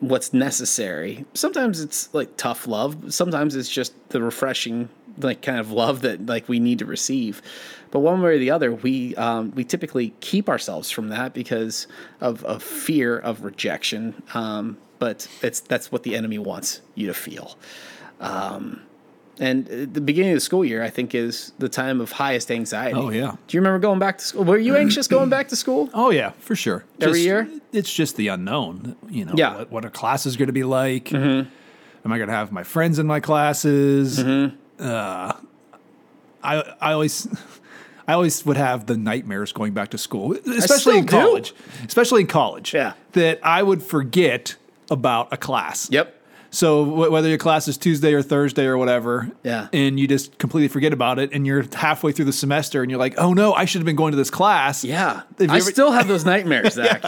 S1: what's necessary. Sometimes it's like tough love. Sometimes it's just the refreshing like kind of love that like we need to receive. But one way or the other, we um, we typically keep ourselves from that because of, of fear of rejection. Um, but it's that's what the enemy wants you to feel. Um, and uh, the beginning of the school year, I think, is the time of highest anxiety.
S2: Oh, yeah.
S1: Do you remember going back to school? Were you anxious going back to school?
S2: Oh yeah, for sure.
S1: Every
S2: Just-
S1: year?
S2: it's just the unknown. You know,
S1: Yeah. Mm-hmm.
S2: what, what are classes going to be like? Am I going to have my friends in my classes?
S1: Mm-hmm.
S2: Uh, I I always. I always would have the nightmares going back to school, e, especially in
S1: still do.
S2: college. Especially in college,
S1: Yeah.
S2: that I would forget about a class.
S1: Yep.
S2: So w- whether your class is Tuesday or Thursday or whatever,
S1: Yeah.
S2: and you just completely forget about it, and you're halfway through the semester, and you're like, "Oh no, I should have been going to this class."
S1: Yeah.
S2: Have you
S1: I
S2: ever-
S1: still have those nightmares, Zach.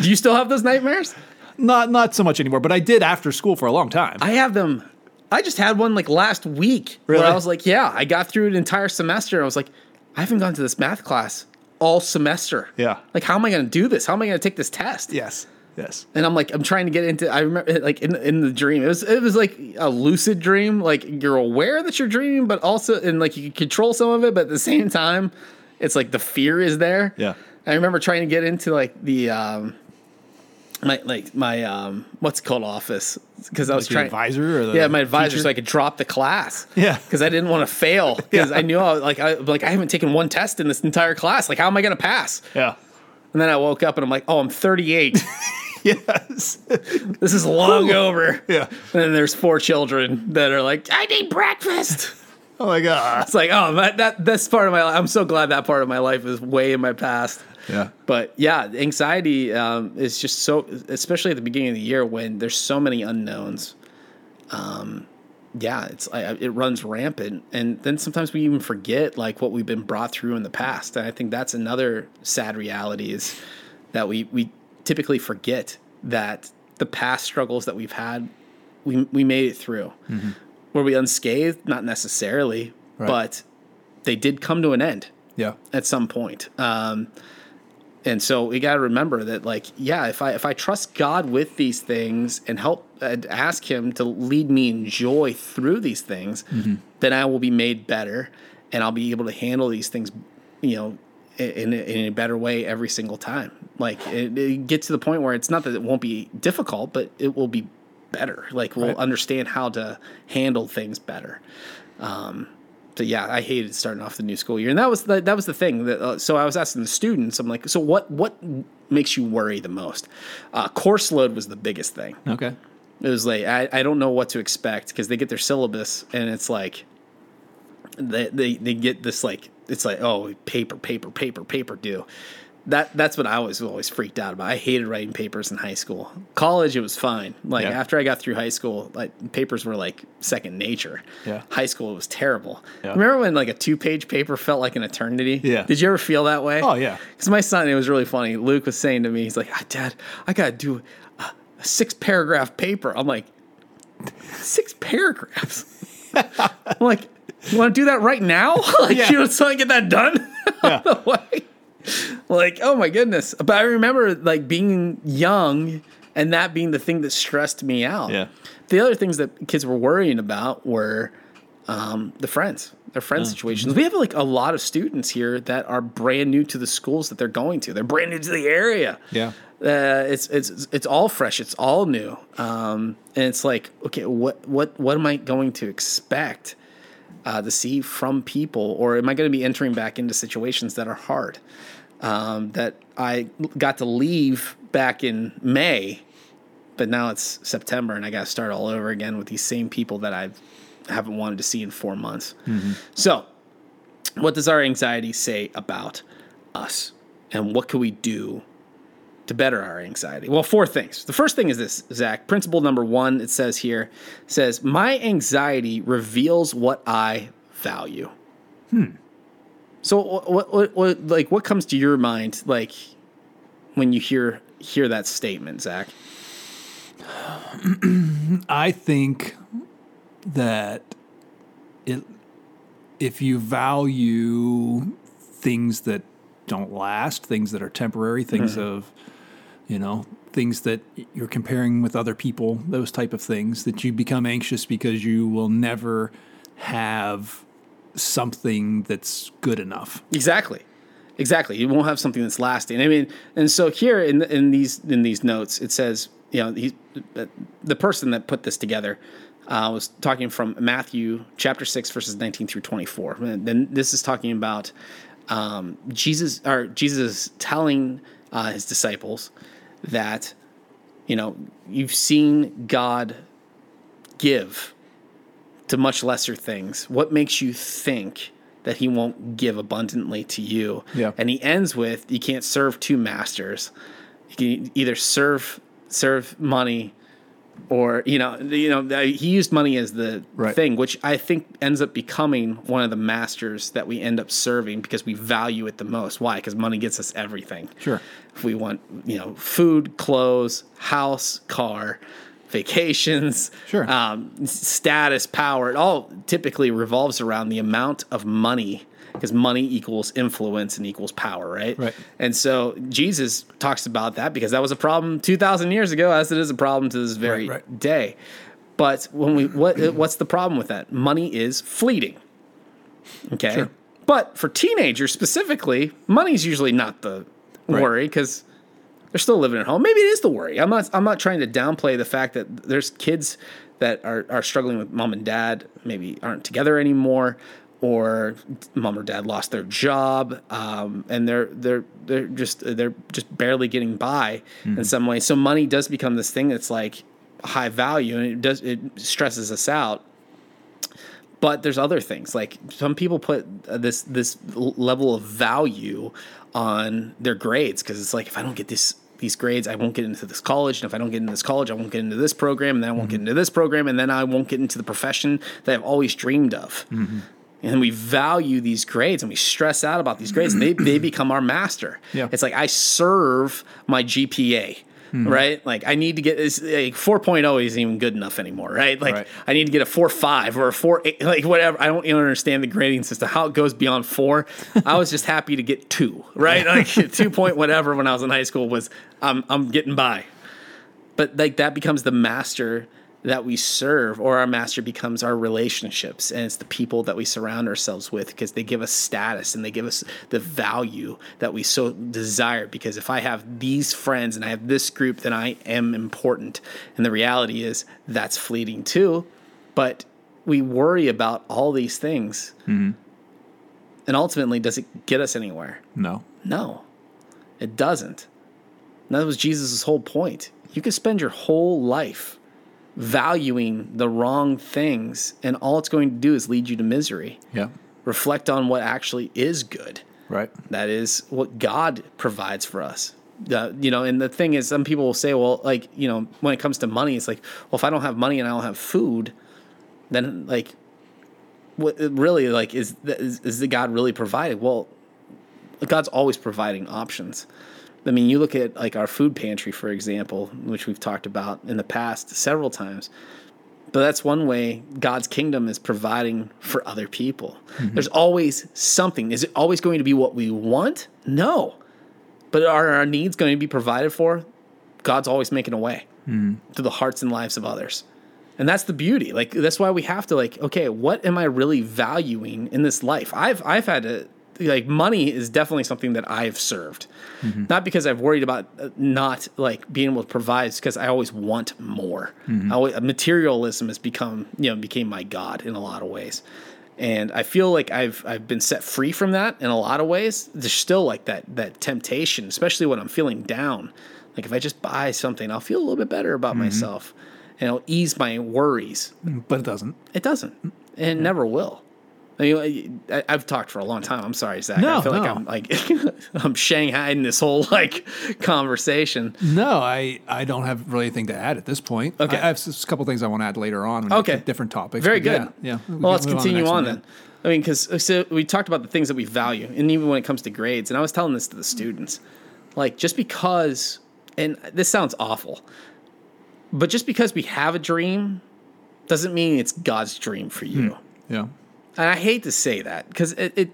S1: Do you still have those nightmares?
S2: Not not so much anymore, but I did after school for a long time.
S1: I have them. I just had one like last week where
S2: Really?
S1: I was like, yeah, I got through an entire semester. I was like, I haven't gone to this math class all semester.
S2: Yeah.
S1: Like, how am I going to do this? How am I going to take this test?
S2: yes, yes.
S1: And I'm like, I'm trying to get into. I remember, like in in the dream, it was it was like a lucid dream. Like you're aware that you're dreaming, but also and like you can control some of it, but at the same time, it's like the fear is there.
S2: Yeah.
S1: I remember trying to get into like the um, my like my um, what's it called office because I was
S2: your
S1: trying
S2: advisor or the
S1: yeah my advisor
S2: teacher?
S1: so I could drop the class
S2: Yeah.
S1: because I didn't want to fail because I knew I was like I like I haven't taken one test in this entire class like how am I gonna pass
S2: Yeah.
S1: and then I woke up and I'm like oh I'm 38
S2: Yes.
S1: this is long over
S2: Yeah.
S1: and then there's four children that are like I need breakfast.
S2: Oh my god.
S1: It's like, oh, that, that this part of my life. I'm so glad that part of my life is way in my past.
S2: Yeah.
S1: But yeah, anxiety um, is just so, especially at the beginning of the year when there's so many unknowns. Um, yeah, it's I, I- it runs rampant, and then sometimes we even forget like what we've been brought through in the past. And I think that's another sad reality is that we we typically forget that the past struggles that we've had, we we made it through. Were we unscathed? Not necessarily, but they did come to an end
S2: Yeah.
S1: at some point. Um, and so we got to remember that, like, yeah, if I if I trust God with these things and help and ask Him to lead me in joy through these things, then I will be made better, and I'll be able to handle these things, you know, i- in a- in a better way every single time. Like, it, it gets to the point where it's not that it won't be difficult, but it will be better. Like, we'll understand how to handle things better. So yeah, I hated starting off the new school year, and that was the, that was the thing. That uh, so I was asking the students, I'm like, so what what makes you worry the most? Uh, course load was the biggest thing.
S2: Okay.
S1: It was like I, I don't know what to expect because they get their syllabus and it's like they, they they get this like it's like oh paper paper paper paper due. That that's what I was always freaked out about. I hated writing papers in high school. College it was fine. Like
S2: Yeah.
S1: after I got through high school, like papers were like second nature.
S2: Yeah.
S1: High school it was terrible.
S2: Yeah.
S1: Remember when like a two page paper felt like an eternity?
S2: Yeah.
S1: Did you ever feel that way?
S2: Oh, yeah.
S1: Because my son, it was really funny. Luke was saying to me, he's like, "Ah, "Dad, I gotta do a, a six paragraph paper." I'm like, six paragraphs. I'm like, you want to do that right now? like,
S2: Yeah.
S1: you know, so I get that done.
S2: Yeah.
S1: like, like, oh my goodness! But I remember like being young and that being the thing that stressed me out.
S2: Yeah.
S1: The other things that kids were worrying about were um, the friends, their friend situations. We have like a lot of students here that are brand new to the schools that they're going to. They're brand new to the area.
S2: Yeah.
S1: Uh, it's it's it's all fresh. It's all new, um, and it's like okay, what what what am I going to expect uh, to see from people, or am I going to be entering back into situations that are hard? Um, that I got to leave back in May, but now it's September, and I got to start all over again with these same people that I haven't wanted to see in four months. So, what does our anxiety say about us, and what can we do? to better our anxiety? Well, four things. The first thing is this, Zach. Principle number one, it says here, says, My anxiety reveals what I value. Hmm. So what, what, what, what like what comes to your mind like when you hear hear that statement, Zach?
S2: I think that it if you value things that don't last, things that are temporary, things of you know, things that you're comparing with other people, those type of things that you become anxious because you will never have something that's good enough.
S1: Exactly. Exactly. You won't have something that's lasting. I mean, and so here in in these in these notes, it says, you know, he's the person that put this together uh, was talking from Matthew chapter six, verses nineteen through twenty four. And then this is talking about um, Jesus or Jesus is telling uh, his disciples that you know you've seen God give to much lesser things? What makes you think that he won't give abundantly to you?
S2: Yeah.
S1: And he ends with, you can't serve two masters. You can e-, either serve serve money or you know you know he used money as the
S2: Right.
S1: thing which i think ends up becoming one of the masters that we end up serving because we value it the most why because money gets us everything
S2: Sure.
S1: if we want you know food clothes house car vacations
S2: Sure.
S1: um, s- status power it all typically revolves around the amount of money because money equals influence and equals power right
S2: Right.
S1: and so jesus talks about that because that was a problem 2000 years ago as it is a problem to this very
S2: Right, right.
S1: day but when we what what's the problem with that money is fleeting Okay. But for teenagers specifically, money's usually not the
S2: Right.
S1: worry because they're still living at home. Maybe it is the worry. I'm not I'm not trying to downplay the fact that there's kids that are, are struggling with mom and dad, maybe aren't together anymore, or mom or dad lost their job, um, and they're they're they're just they're just barely getting by in some way. So money does become this thing that's like high value and it does it stresses us out but there's other things like some people put uh, this this l- level of value on their grades because it's like if I don't get this these grades I won't get into this college and if I don't get into this college I won't get into this program and then I won't get into this program and then I won't get into the profession that I've always dreamed of. And we value these grades and we stress out about these grades and they, they become our master.
S2: Yeah.
S1: It's like I serve my GPA, right? Like I need to get this like 4.0 isn't even good enough anymore, right? Like
S2: Right.
S1: I need to get a four five or a four eight, like whatever. I don't even understand the grading system, how it goes beyond four. I was just happy to get two, right? Like two point whatever when I was in high school was I'm I'm getting by. But like that becomes the master that we serve, or our master becomes our relationships, and it's the people that we surround ourselves with because they give us status and they give us the value that we so desire. Because if I have these friends and I have this group, then I am important. And the reality is that's fleeting too but we worry about all these things and ultimately does it get us anywhere
S2: No.
S1: no it doesn't and that was jesus' whole point you could spend your whole life valuing the wrong things and all it's going to do is lead you to misery
S2: Yeah.
S1: reflect on what actually is good
S2: Right.
S1: that is what God provides for us. Uh, you know, and the thing is, some people will say, well, like, you know, when it comes to money, it's like, well, if I don't have money and I don't have food, then like, what really like is is, is the God really providing? Well, God's always providing options. I mean, you look at like our food pantry, for example, which we've talked about in the past several times. But that's one way God's kingdom is providing for other people. There's always something. Is it always going to be what we want? No. But are our needs going to be provided for? God's always making a way to the hearts and lives of others. And that's the beauty. Like that's why we have to like, okay, what am I really valuing in this life? I've I've had to like money is definitely something that I've served. Not because I've worried about uh, not like being able to provide, because I always want more. I always, materialism has become, you know, became my god in a lot of ways. And I feel like I've I've been set free from that in a lot of ways. There's still like that that temptation, especially when I'm feeling down. Like if I just buy something, I'll feel a little bit better about
S2: Mm-hmm.
S1: myself and it'll ease my worries.
S2: but it doesn't.
S1: It doesn't. And it never will. I mean, I, I've talked for a long time. I'm sorry, Zach.
S2: No,
S1: I feel like
S2: no.
S1: I'm like I'm shanghaiing this whole like conversation.
S2: No, I, I don't have really anything to add at this point.
S1: Okay.
S2: I, I have s- a couple things I want to add later on. when we
S1: Okay.
S2: get to different topics.
S1: Very
S2: but
S1: good.
S2: Yeah. yeah. We
S1: Well,
S2: can
S1: let's
S2: move to the
S1: continue
S2: next
S1: on,
S2: one, yeah.
S1: then. I mean, because so we talked about the things that we value, and even when it comes to grades, and I was telling this to the students, like just because, and this sounds awful, but just because we have a dream doesn't mean it's God's dream for you.
S2: Hmm. Yeah.
S1: and I hate to say that because it, it,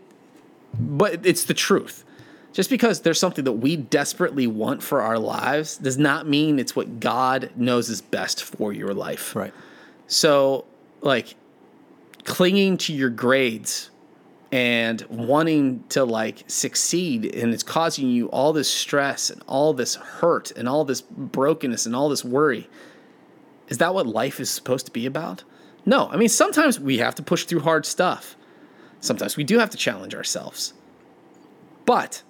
S1: but it's the truth. Just because there's something that we desperately want for our lives does not mean it's what God knows is best for your life.
S2: Right.
S1: So, like, clinging to your grades and wanting to like succeed, and it's causing you all this stress and all this hurt and all this brokenness and all this worry. Is that what life is supposed to be about? No. I mean, sometimes we have to push through hard stuff, sometimes we do have to challenge ourselves. But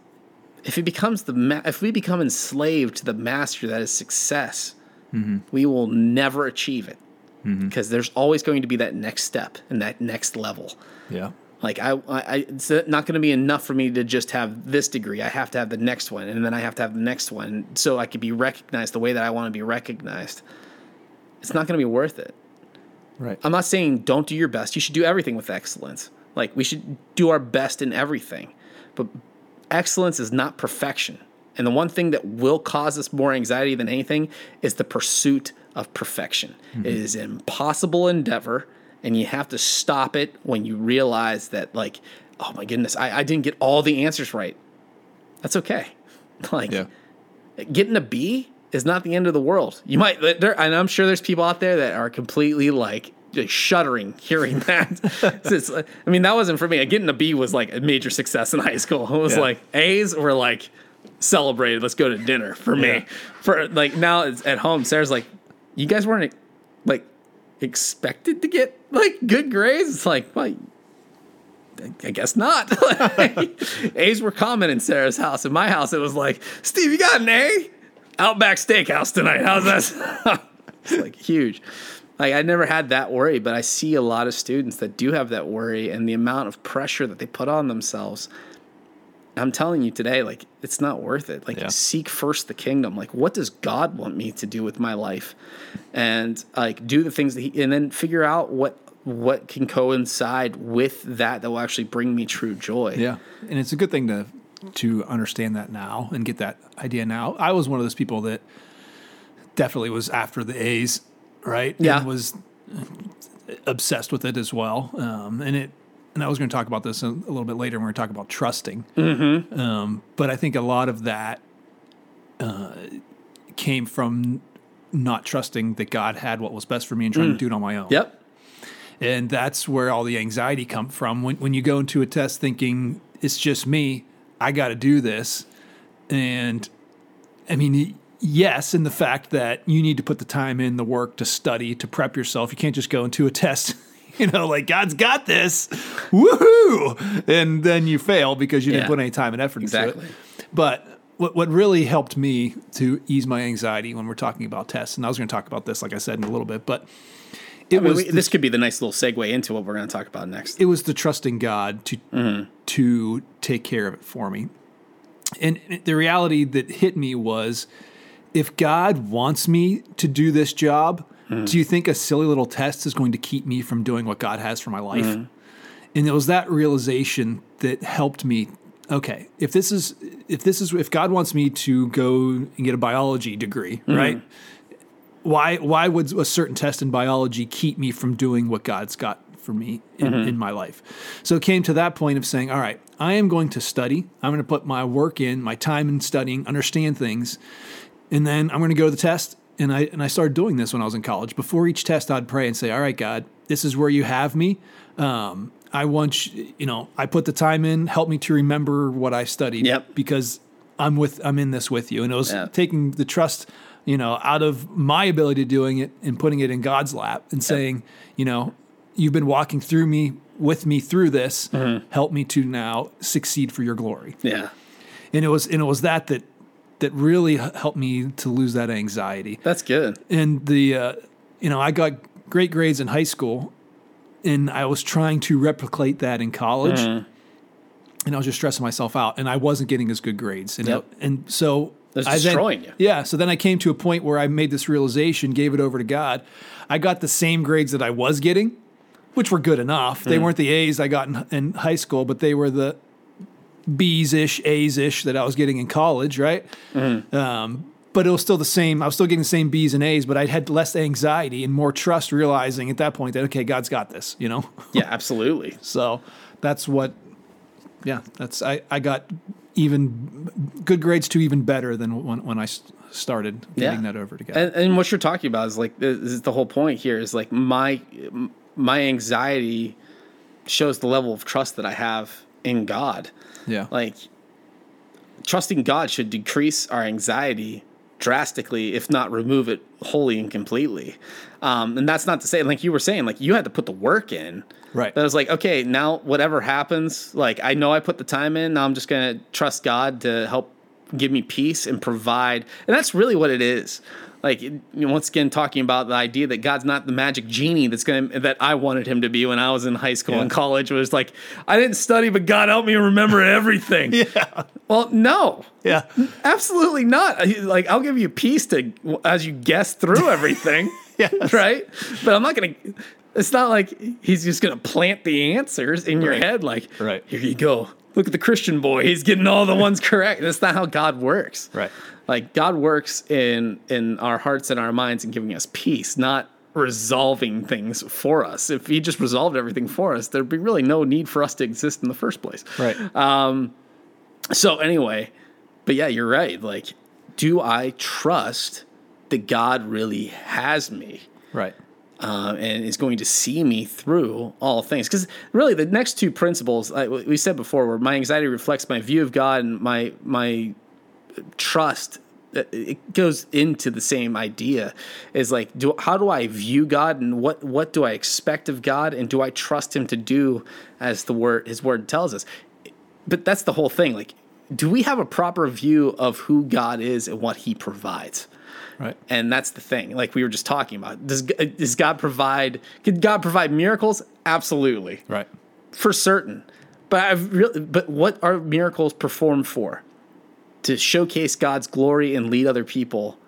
S1: if it becomes the ma- if we become enslaved to the master that is success, we will never achieve it because there's always going to be that next step and that next level.
S2: Yeah.
S1: Like I, I, I it's not going to be enough for me to just have this degree. I have to have the next one, and then I have to have the next one, so I could be recognized the way that I want to be recognized. It's not going to be worth it.
S2: Right.
S1: I'm not saying don't do your best. You should do everything with excellence. Like we should do our best in everything. But excellence is not perfection. And the one thing that will cause us more anxiety than anything is the pursuit of perfection. It is an impossible endeavor, and you have to stop it when you realize that, like, oh my goodness, I, I didn't get all the answers right. That's okay. Like,
S2: yeah.
S1: getting a B is not the end of the world. You might, there, and I'm sure there's people out there that are completely like just shuddering hearing that. It's just, uh, I mean, that wasn't for me. Getting a B was like a major success in high school. It was
S2: Yeah.
S1: like A's were like celebrated. Let's go to dinner for
S2: Yeah.
S1: me. For like now, it's at home. Sarah's like, you guys weren't like expected to get like good grades. It's like, well, I guess not. A's were common in Sarah's house. In my house, it was like, Steve, you got an A? Outback Steakhouse tonight. How's that? it's like huge. Like I never had that worry, but I see a lot of students that do have that worry and the amount of pressure that they put on themselves. I'm telling you today, like it's not worth it. Like
S2: Yeah.
S1: seek first the kingdom. Like what does God want me to do with my life? And like do the things that he and then figure out what what can coincide with that that will actually bring me true joy.
S2: Yeah, and it's a good thing to to understand that now and get that idea now. I was one of those people that definitely was after the A's, right?
S1: Yeah.
S2: and was uh, obsessed with it as well. Um, and it, and I was going to talk about this a, a little bit later when we talk about trusting. Mm-hmm. Um, but I think a lot of that uh, came from not trusting that God had what was best for me and trying to do it on my own
S1: Yep.
S2: and that's where all the anxiety come from when, when you go into a test thinking it's just me i got to do this and i mean y- yes in the fact that you need to put the time in the work to study to prep yourself you can't just go into a test you know like god's got this woohoo and then you fail because you didn't
S1: Yeah.
S2: put any time and effort
S1: Exactly.
S2: into it but what, what really helped me to ease my anxiety when we're talking about tests and i was going to talk about this like i said in a little bit but it
S1: I mean,
S2: was
S1: we- this could be the nice little segue into what we're going to talk about next.
S2: it was the trusting God to to take care of it for me. And the reality that hit me was if God wants me to do this job, do you think a silly little test is going to keep me from doing what God has for my life? And it was that realization that helped me okay, if this is if this is if God wants me to go and get a biology degree, right? why why would a certain test in biology keep me from doing what God's got for me in, in my life? So it came to that point of saying, all right, I am going to study. I'm going to put my work in, my time in studying, understand things, and then I'm going to go to the test. And I and I started doing this when I was in college. Before each test, I'd pray and say, "All right, God, this is where you have me. Um, I want you, you know, I put the time in. Help me to remember what I studied.
S1: Yep.
S2: Because I'm with I'm in this with you. And it was
S1: Yeah.
S2: taking the trust, you know, out of my ability to doing it and putting it in God's lap and saying, you know, you've been walking through me with me through this. Help me to now succeed for your glory
S1: Yeah.
S2: and it was and it was that that that really h- helped me to lose that anxiety
S1: That's good.
S2: and the uh, you know I got great grades in high school and I was trying to replicate that in college
S1: Mm-hmm.
S2: and I was just stressing myself out and I wasn't getting as good grades and
S1: Yep.
S2: and so
S1: That's
S2: I then-
S1: destroying you.
S2: yeah so then I came to a point where I made this realization gave it over to God I got the same grades that I was getting which were good enough
S1: Mm.
S2: they weren't the A's I got in, in high school but they were the B's ish, A's ish that I was getting in college, right? Um, but it was still the same. I was still getting the same B's and A's, but I had less anxiety and more trust, realizing at that point that okay, God's got this, you know.
S1: Yeah, absolutely.
S2: So that's what, yeah, that's I I got even good grades to even better than when when I s- started getting
S1: Yeah.
S2: that over to God.
S1: And, and what you're talking about is like this is the whole point here is like my my anxiety shows the level of trust that I have in God.
S2: yeah,
S1: Like trusting God should decrease our anxiety drastically, if not remove it wholly and completely. Um, and that's not to say, like you were saying, like you had to put the work in.
S2: right.
S1: That was like, okay, now whatever happens, like I know I put the time in. Now I'm just gonna trust God to help give me peace and provide. And that's really what it is. Like it- you know, once again, talking about the idea that God's not the magic genie that's gonna that I wanted him to be when I was in high school and
S2: Yeah.
S1: college. It was like I didn't study, but God helped me remember everything. yeah. Well, no.
S2: yeah,
S1: Absolutely not. Like I'll give you peace to as you guess through everything.
S2: Yes.
S1: Right? But I'm not going to it's not like he's just going to plant the answers in your
S2: Right.
S1: head like
S2: Right.
S1: here you go. Look at the Christian boy. He's getting all the ones correct. That's not how God works.
S2: Right.
S1: Like God works in in our hearts and our minds and giving us peace, not resolving things for us. If he just resolved everything for us, there'd be really no need for us to exist in the first place.
S2: right.
S1: So anyway, but yeah, you're right. Like, do I trust that God really has me
S2: right.
S1: uh, and is going to see me through all things? Because really, the next two principles I, we said before were my anxiety reflects my view of God and my my trust. It- It goes into the same idea. Is like, do how do I view God and what what do I expect of God and do I trust Him to do as the word His word tells us? but that's the whole thing. Like, do we have a proper view of who God is and what He provides?
S2: Right.
S1: And that's the thing. Like we were just talking about, does uh, does God provide? Could God provide miracles? Absolutely,
S2: Right.
S1: for certain. But I've really, but what are miracles performed for? To showcase God's glory and lead other people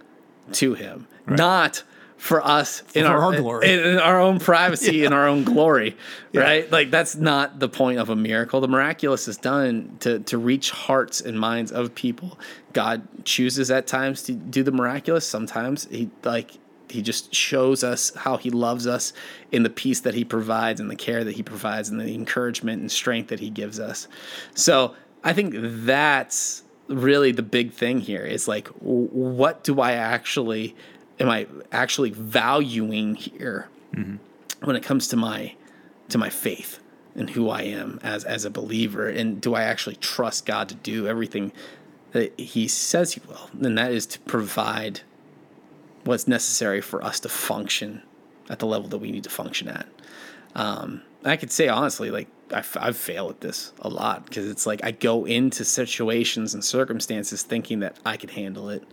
S1: to Him, not for us in
S2: For
S1: our,
S2: our glory.
S1: in, in our own privacy and our own glory, right? Like that's not the point of a miracle. The miraculous is done to to reach hearts and minds of people. God chooses at times to do the miraculous. Sometimes he like he just shows us how he loves us in the peace that he provides and the care that he provides and the encouragement and strength that he gives us. So, I think that's really the big thing here is like w- what do I actually am I actually valuing here? when it comes to my to my faith and who I am as as a believer and do I actually trust God to do everything that he says he will and that is to provide what's necessary for us to function at the level that we need to function at um and I could say honestly like I, f- I fail at this a lot because it's like I go into situations and circumstances thinking that I can handle it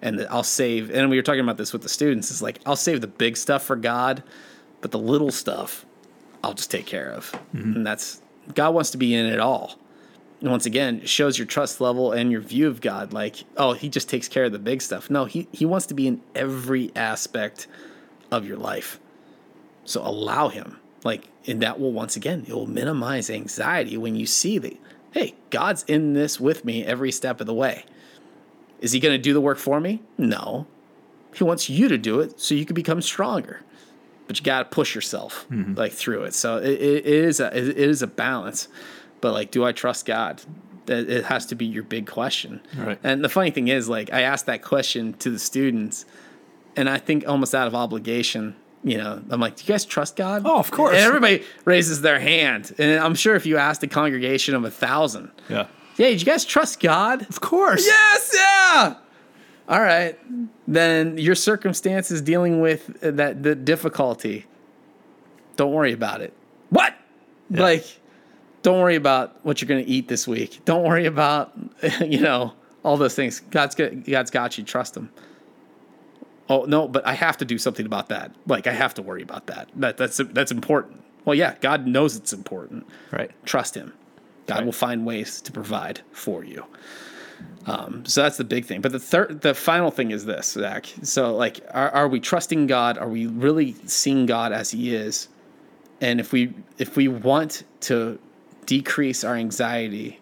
S1: and that I'll save and we were talking about this with the students is like I'll save the big stuff for God but the little stuff I'll just take care of. And that's God wants to be in it all. And once again, it shows your trust level and your view of God. Like, oh, he just takes care of the big stuff. No, he, he wants to be in every aspect of your life. So allow him. Like, and that will once again, it will minimize anxiety when you see that, hey, God's in this with me every step of the way. Is he going to do the work for me? No. He wants you to do it so you can become stronger but you got to push yourself
S2: Mm-hmm.
S1: like through it. So it, it it is a, it is a balance, but like, do I trust God? that it has to be your big question.
S2: Right.
S1: And the funny thing is, like, I asked that question to the students, and I think almost out of obligation, you know, I'm like, do you guys trust God?
S2: Oh, of course.
S1: And everybody raises their hand. And I'm sure if you asked a congregation of a thousand,
S2: Yeah.
S1: yeah, did you guys trust God?
S2: Of course.
S1: Yes, yeah. All right. Then your circumstances dealing with uh, that the difficulty. Don't worry about it. What? Like don't worry about what you're going to eat this week. Don't worry about you know all those things. God's got, God's got you. Trust him. Oh, no, but I have to do something about that. Like I have to worry about that. That that's that's important. Well, yeah, God knows it's important
S2: Right.
S1: trust him god
S2: Right.
S1: will find ways to provide for you um, so that's the big thing but the third the final thing is this zach so like are, are we trusting god are we really seeing god as he is and if we if we want to decrease our anxiety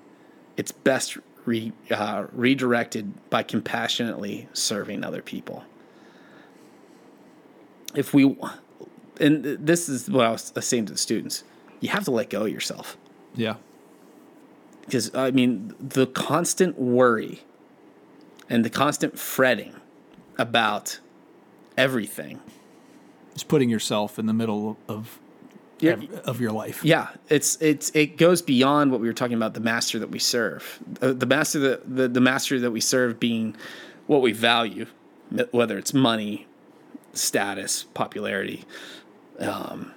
S1: it's best re, uh, redirected by compassionately serving other people if we and this is what i was saying to the students you have to let go of yourself
S2: Yeah.
S1: because I mean the constant worry and the constant fretting about everything.
S2: Just putting yourself in the middle of
S1: Yeah.
S2: of your life.
S1: Yeah, it's it's it goes beyond what we were talking about the master that we serve. Uh, the master that the, the master that we serve being what we value, whether it's money, status, popularity, um,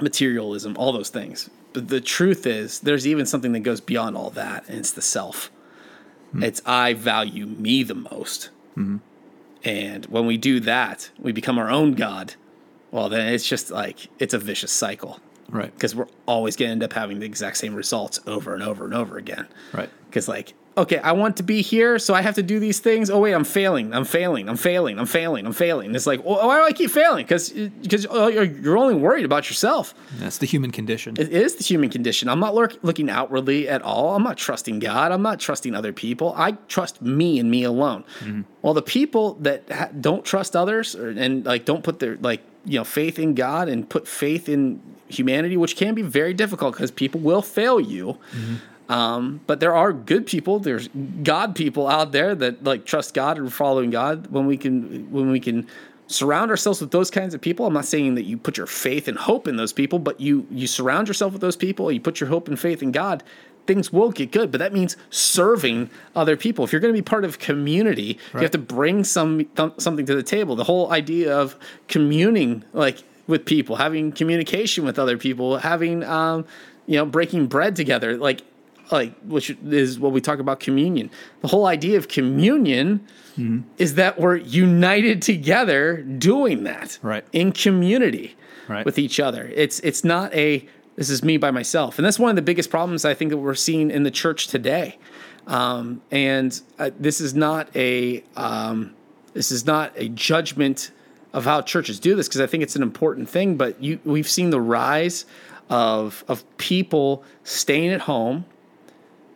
S1: materialism, all those things. But the truth is, there's even something that goes beyond all that, and it's the self. It's I value me the most. And when we do that, we become our own God. Well, then it's just like, it's a vicious cycle
S2: Right.
S1: because we're always going to end up having the exact same results over and over and over again.
S2: Right.
S1: Because, like, okay, I want to be here, so I have to do these things. Oh, wait, I'm failing. I'm failing. I'm failing. I'm failing. I'm failing. And it's like, well, why do I keep failing? Because you're you're only worried about yourself.
S2: That's the human condition.
S1: It is the human condition. I'm not lurk, looking outwardly at all. I'm not trusting God. I'm not trusting other people. I trust me and me alone. Well, the people that ha- don't trust others or, and like don't put their like you know faith in God and put faith in humanity, which can be very difficult because people will fail you. Um, but there are good people. There's God people out there that like trust God and following God. When we can, when we can surround ourselves with those kinds of people, I'm not saying that you put your faith and hope in those people, but you you surround yourself with those people. You put your hope and faith in God. Things will get good, but that means serving other people. If you're going to be part of community, you have to bring some th- something to the table. The whole idea of communing, like with people, having communication with other people, having um, you know breaking bread together, like like which is what we talk about communion. The whole idea of communion is that we're united together doing that
S2: Right.
S1: in community
S2: Right.
S1: with each other. It's it's not a this is me by myself, and that's one of the biggest problems I think that we're seeing in the church today. Um, and uh, this is not a um, this is not a judgment of how churches do this because I think it's an important thing. But you, we've seen the rise of of people staying at home,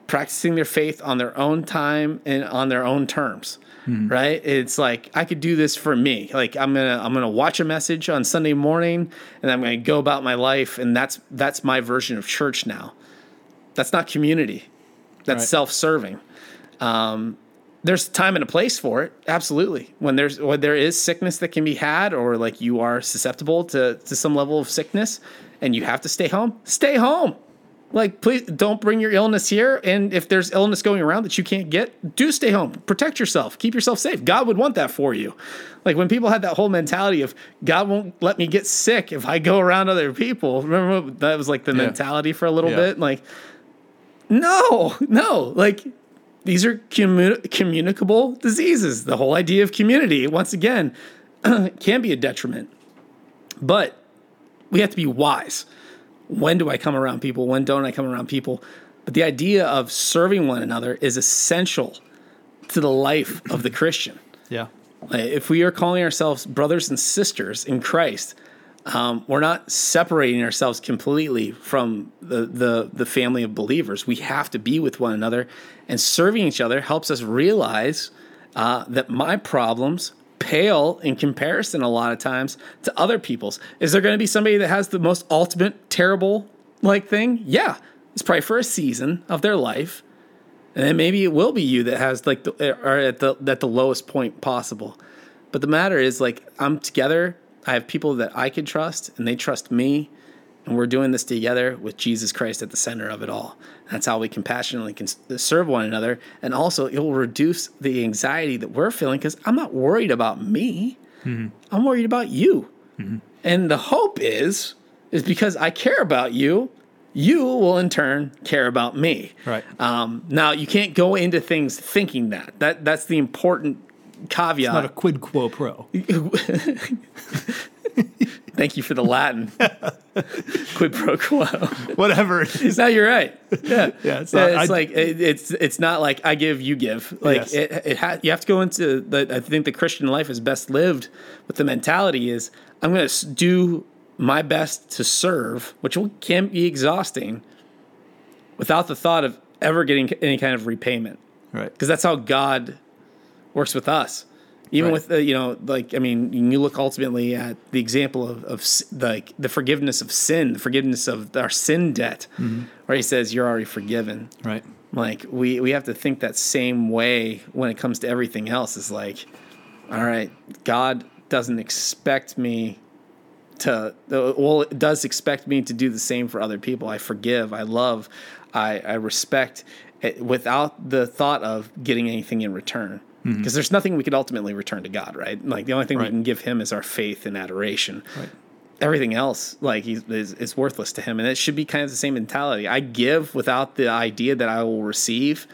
S1: practicing their faith on their own time and on their own terms. Right? It's like I could do this for me. Like I'm gonna I'm gonna watch a message on Sunday morning and I'm gonna go about my life and that's that's my version of church now. That's not community. That's
S2: Right.
S1: self-serving Um, there's time and a place for it absolutely when there's when there is sickness that can be had or like you are susceptible to to some level of sickness and you have to stay home stay home like please don't bring your illness here and if there's illness going around that you can't get do stay home protect yourself keep yourself safe god would want that for you like when people had that whole mentality of god won't let me get sick if i go around other people remember what- that was like the mentality for a little
S2: Yeah.
S1: bit like no no like these are commu- communicable diseases. The whole idea of community, once again, can be a detriment. But we have to be wise. When do I come around people? When don't I come around people? But the idea of serving one another is essential to the life of the Christian.
S2: Yeah.
S1: Like, If we are calling ourselves brothers and sisters in Christ, um, we're not separating ourselves completely from the, the the family of believers. We have to be with one another, and serving each other helps us realize uh, that my problems pale in comparison a lot of times to other people's. Is there going to be somebody that has the most ultimate terrible like thing? Yeah, it's probably for a season of their life, and then maybe it will be you that has like the are at the at the lowest point possible. But the matter is like I'm together. I have people that I can trust, and they trust me, and we're doing this together with Jesus Christ at the center of it all. That's how we compassionately can s- serve one another, and also it will reduce the anxiety that we're feeling because I'm not worried about me.
S2: Mm-hmm.
S1: I'm worried about you. And the hope is is because I care about you, you will in turn care about me.
S2: Right.
S1: Um, now you can't go into things thinking that. That that's the important
S2: Not a
S1: caveat.
S2: quid quo pro.
S1: Thank you for the Latin. Quid pro quo.
S2: Whatever. it is.
S1: No, you're right. Yeah,
S2: Yeah, it's not- I-
S1: like it, it's it's not like I give, you give. Like
S2: Yes.
S1: it, it ha- you have to go into the. I think the Christian life is best lived with the mentality is I'm going to do my best to serve, which will- can be exhausting, without the thought of ever getting any kind of repayment
S2: Right.
S1: because that's how God works with us. Even
S2: Right.
S1: with uh, you know, like I mean, when you look ultimately at the example of of s- like the forgiveness of sin, the forgiveness of our sin debt, where He says, "You're already forgiven."
S2: Right.
S1: Like we we have to think that same way when it comes to everything else. Is like, all right, God doesn't expect me to uh, well it does expect me to do the same for other people i forgive i love i, I respect it without the thought of getting anything in return because there's nothing we could ultimately return to god right like the only thing
S2: Mm-hmm. Right.
S1: we can give him is our faith and adoration
S2: Right.
S1: everything else like he's, is, is worthless to him and it should be kind of the same mentality i give without the idea that i will receive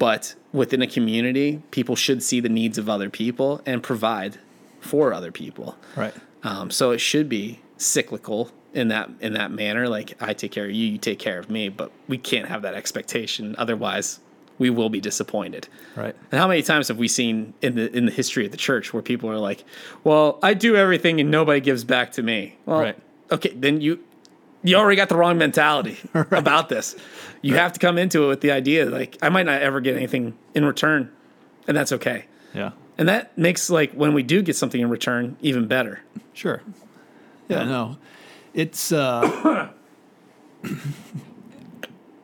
S1: but within a community people should see the needs of other people and provide for other people
S2: Right.
S1: um, so it should be cyclical in that in that manner. Like I take care of you, you take care of me. But we can't have that expectation. Otherwise, we will be disappointed.
S2: Right.
S1: And how many times have we seen in the in the history of the church where people are like, "Well, I do everything and nobody gives back to me." Well,
S2: Right.
S1: okay, then you you already got the wrong mentality about this. You have to come into it with the idea like I might not ever get anything in return, and that's okay.
S2: Yeah.
S1: And that makes like when we do get something in return even better.
S2: Sure. Yeah, no. It's uh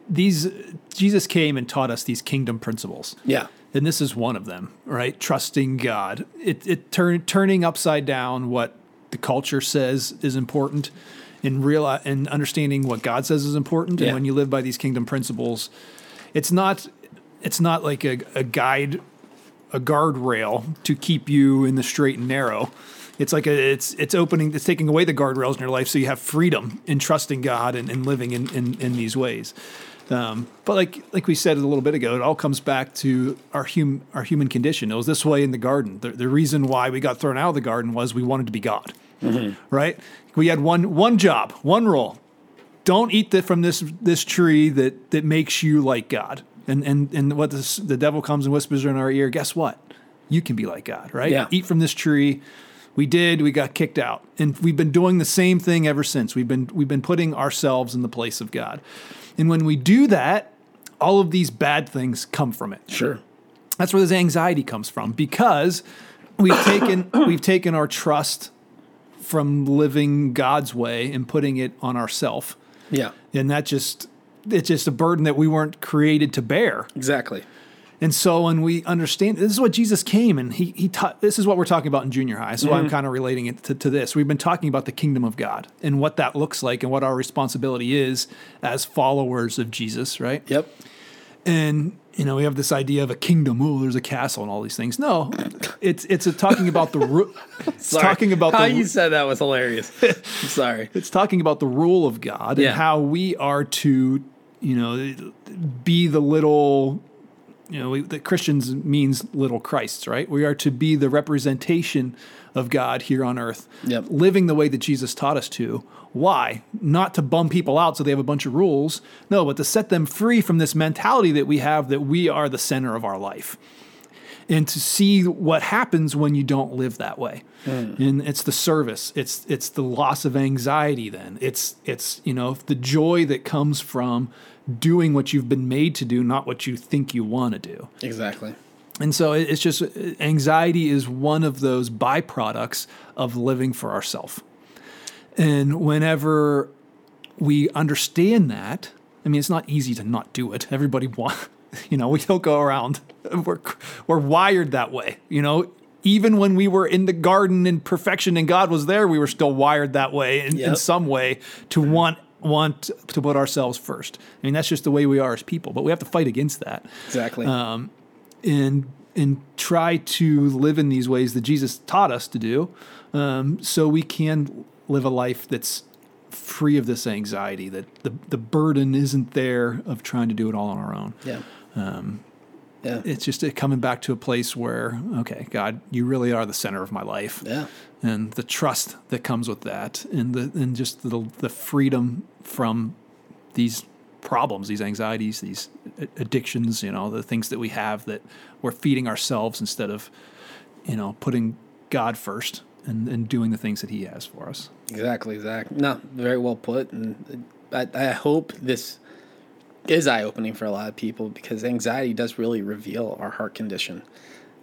S2: these Jesus came and taught us these kingdom principles.
S1: Yeah.
S2: And this is one of them, right? Trusting God. It it turn, turning upside down what the culture says is important and real and understanding what God says is important
S1: Yeah.
S2: and when you live by these kingdom principles, it's not it's not like a, a guide a guardrail to keep you in the straight and narrow. It's like a, it's it's opening it's taking away the guardrails in your life so you have freedom in trusting God and, and living in, in, in these ways. Um, but like like we said a little bit ago, it all comes back to our hum, our human condition. It was this way in the garden. The, the reason why we got thrown out of the garden was we wanted to be God, right? We had one one job, one role, don't eat the, from this this tree that that makes you like God. And and and what this, the devil comes and whispers in our ear. Guess what? You can be like God, right?
S1: Yeah.
S2: Eat from this tree. We did. We got kicked out, and we've been doing the same thing ever since. We've been we've been putting ourselves in the place of God, and when we do that, all of these bad things come from it.
S1: Sure.
S2: That's where this anxiety comes from because we've taken we've taken our trust from living God's way and putting it on ourself
S1: Yeah.
S2: and that just it's just a burden that we weren't created to bear
S1: Exactly.
S2: and so when we understand this is what jesus came and he he taught this is what we're talking about in junior high so i'm kind of relating it to, to this we've been talking about the kingdom of god and what that looks like and what our responsibility is as followers of jesus right
S1: Yep.
S2: and you know we have this idea of a kingdom oh there's a castle and all these things no it's it's a talking about the ru- it's
S1: Sorry.
S2: talking about
S1: how
S2: the
S1: you said that was hilarious. I'm sorry.
S2: it's talking about the rule of God
S1: Yeah.
S2: and how we are to, you know, be the little, you know, we, the Christians means little Christs, right? We are to be the representation of God here on earth,
S1: Yep.
S2: living the way that Jesus taught us to. Why? Not to bum people out so they have a bunch of rules. No, but to set them free from this mentality that we have that we are the center of our life and to see what happens when you don't live that way. And it's the service. It's it's the loss of anxiety then. It's it's you know the joy that comes from doing what you've been made to do, not what you think you want to do.
S1: Exactly.
S2: And so it- it's just uh, anxiety is one of those byproducts of living for ourselves. And whenever we understand that, I mean, it's not easy to not do it. Everybody wants. You know, we don't go around. We're we're wired that way. You know, even when we were in the garden in perfection and God was there, we were still wired that way in, in
S4: Yep.
S2: some way to want want to put ourselves first. I mean, that's just the way we are as people. But we have to fight against that
S4: Exactly.
S2: and and try to live in these ways that Jesus taught us to do, um, so we can live a life that's free of this anxiety that the the burden isn't there of trying to do it all on our own.
S4: yeah. yeah.
S2: It's just uh, coming back to a place where okay, God, you really are the center of my life,
S4: Yeah.
S2: and the trust that comes with that, and the and just the the freedom from these problems, these anxieties, these a- addictions, you know, the things that we have that we're feeding ourselves instead of, you know, putting God first and, and doing the things that He has for us.
S4: Exactly, Zach. No, very well put, and I, I hope this is eye opening for a lot of people because anxiety does really reveal our heart condition,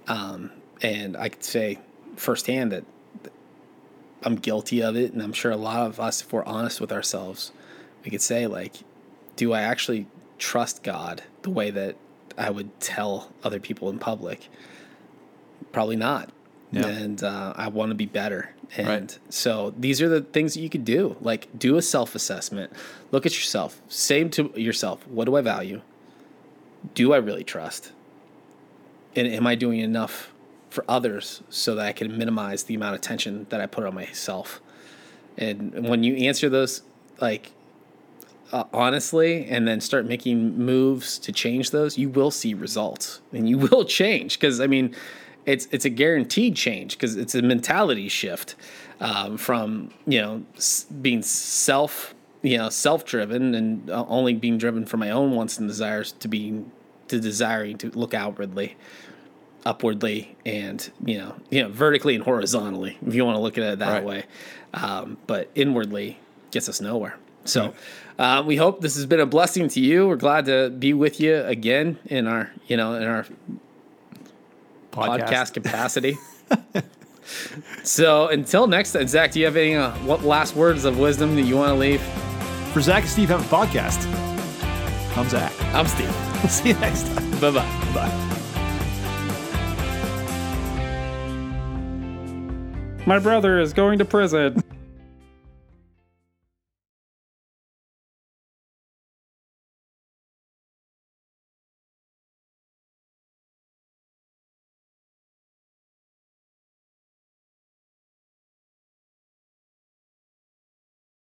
S4: um, and I could say firsthand that I'm guilty of it, and I'm sure a lot of us, if we're honest with ourselves, we could say like, do I actually trust God the way that I would tell other people in public? Probably not.
S2: Yeah.
S4: And uh, I want to be better. And
S2: Right.
S4: so these are the things that you could do. Like do a self assessment. Look at yourself. Say to yourself, what do I value? Do I really trust? And am I doing enough for others so that I can minimize the amount of tension that I put on myself? And when you answer those, like uh, honestly, and then start making moves to change those, you will see results and you will change. Because I mean, it's it's a guaranteed change because it's a mentality shift um, from you know s- being self you know self driven and uh, only being driven for my own wants and desires to being to desiring to look outwardly upwardly and you know you know vertically and horizontally if you want to look at it that
S2: Right.
S4: way um, but inwardly gets us nowhere so uh, we hope this has been a blessing to you we're glad to be with you again in our you know in our podcast, capacity so until next time zach do you have any uh, what last words of wisdom that you want to leave
S2: For Zach and Steve have a podcast. I'm Zach.
S4: i'm steve
S2: We'll see you next time.
S4: bye-bye
S2: Bye.
S3: My brother is going to prison.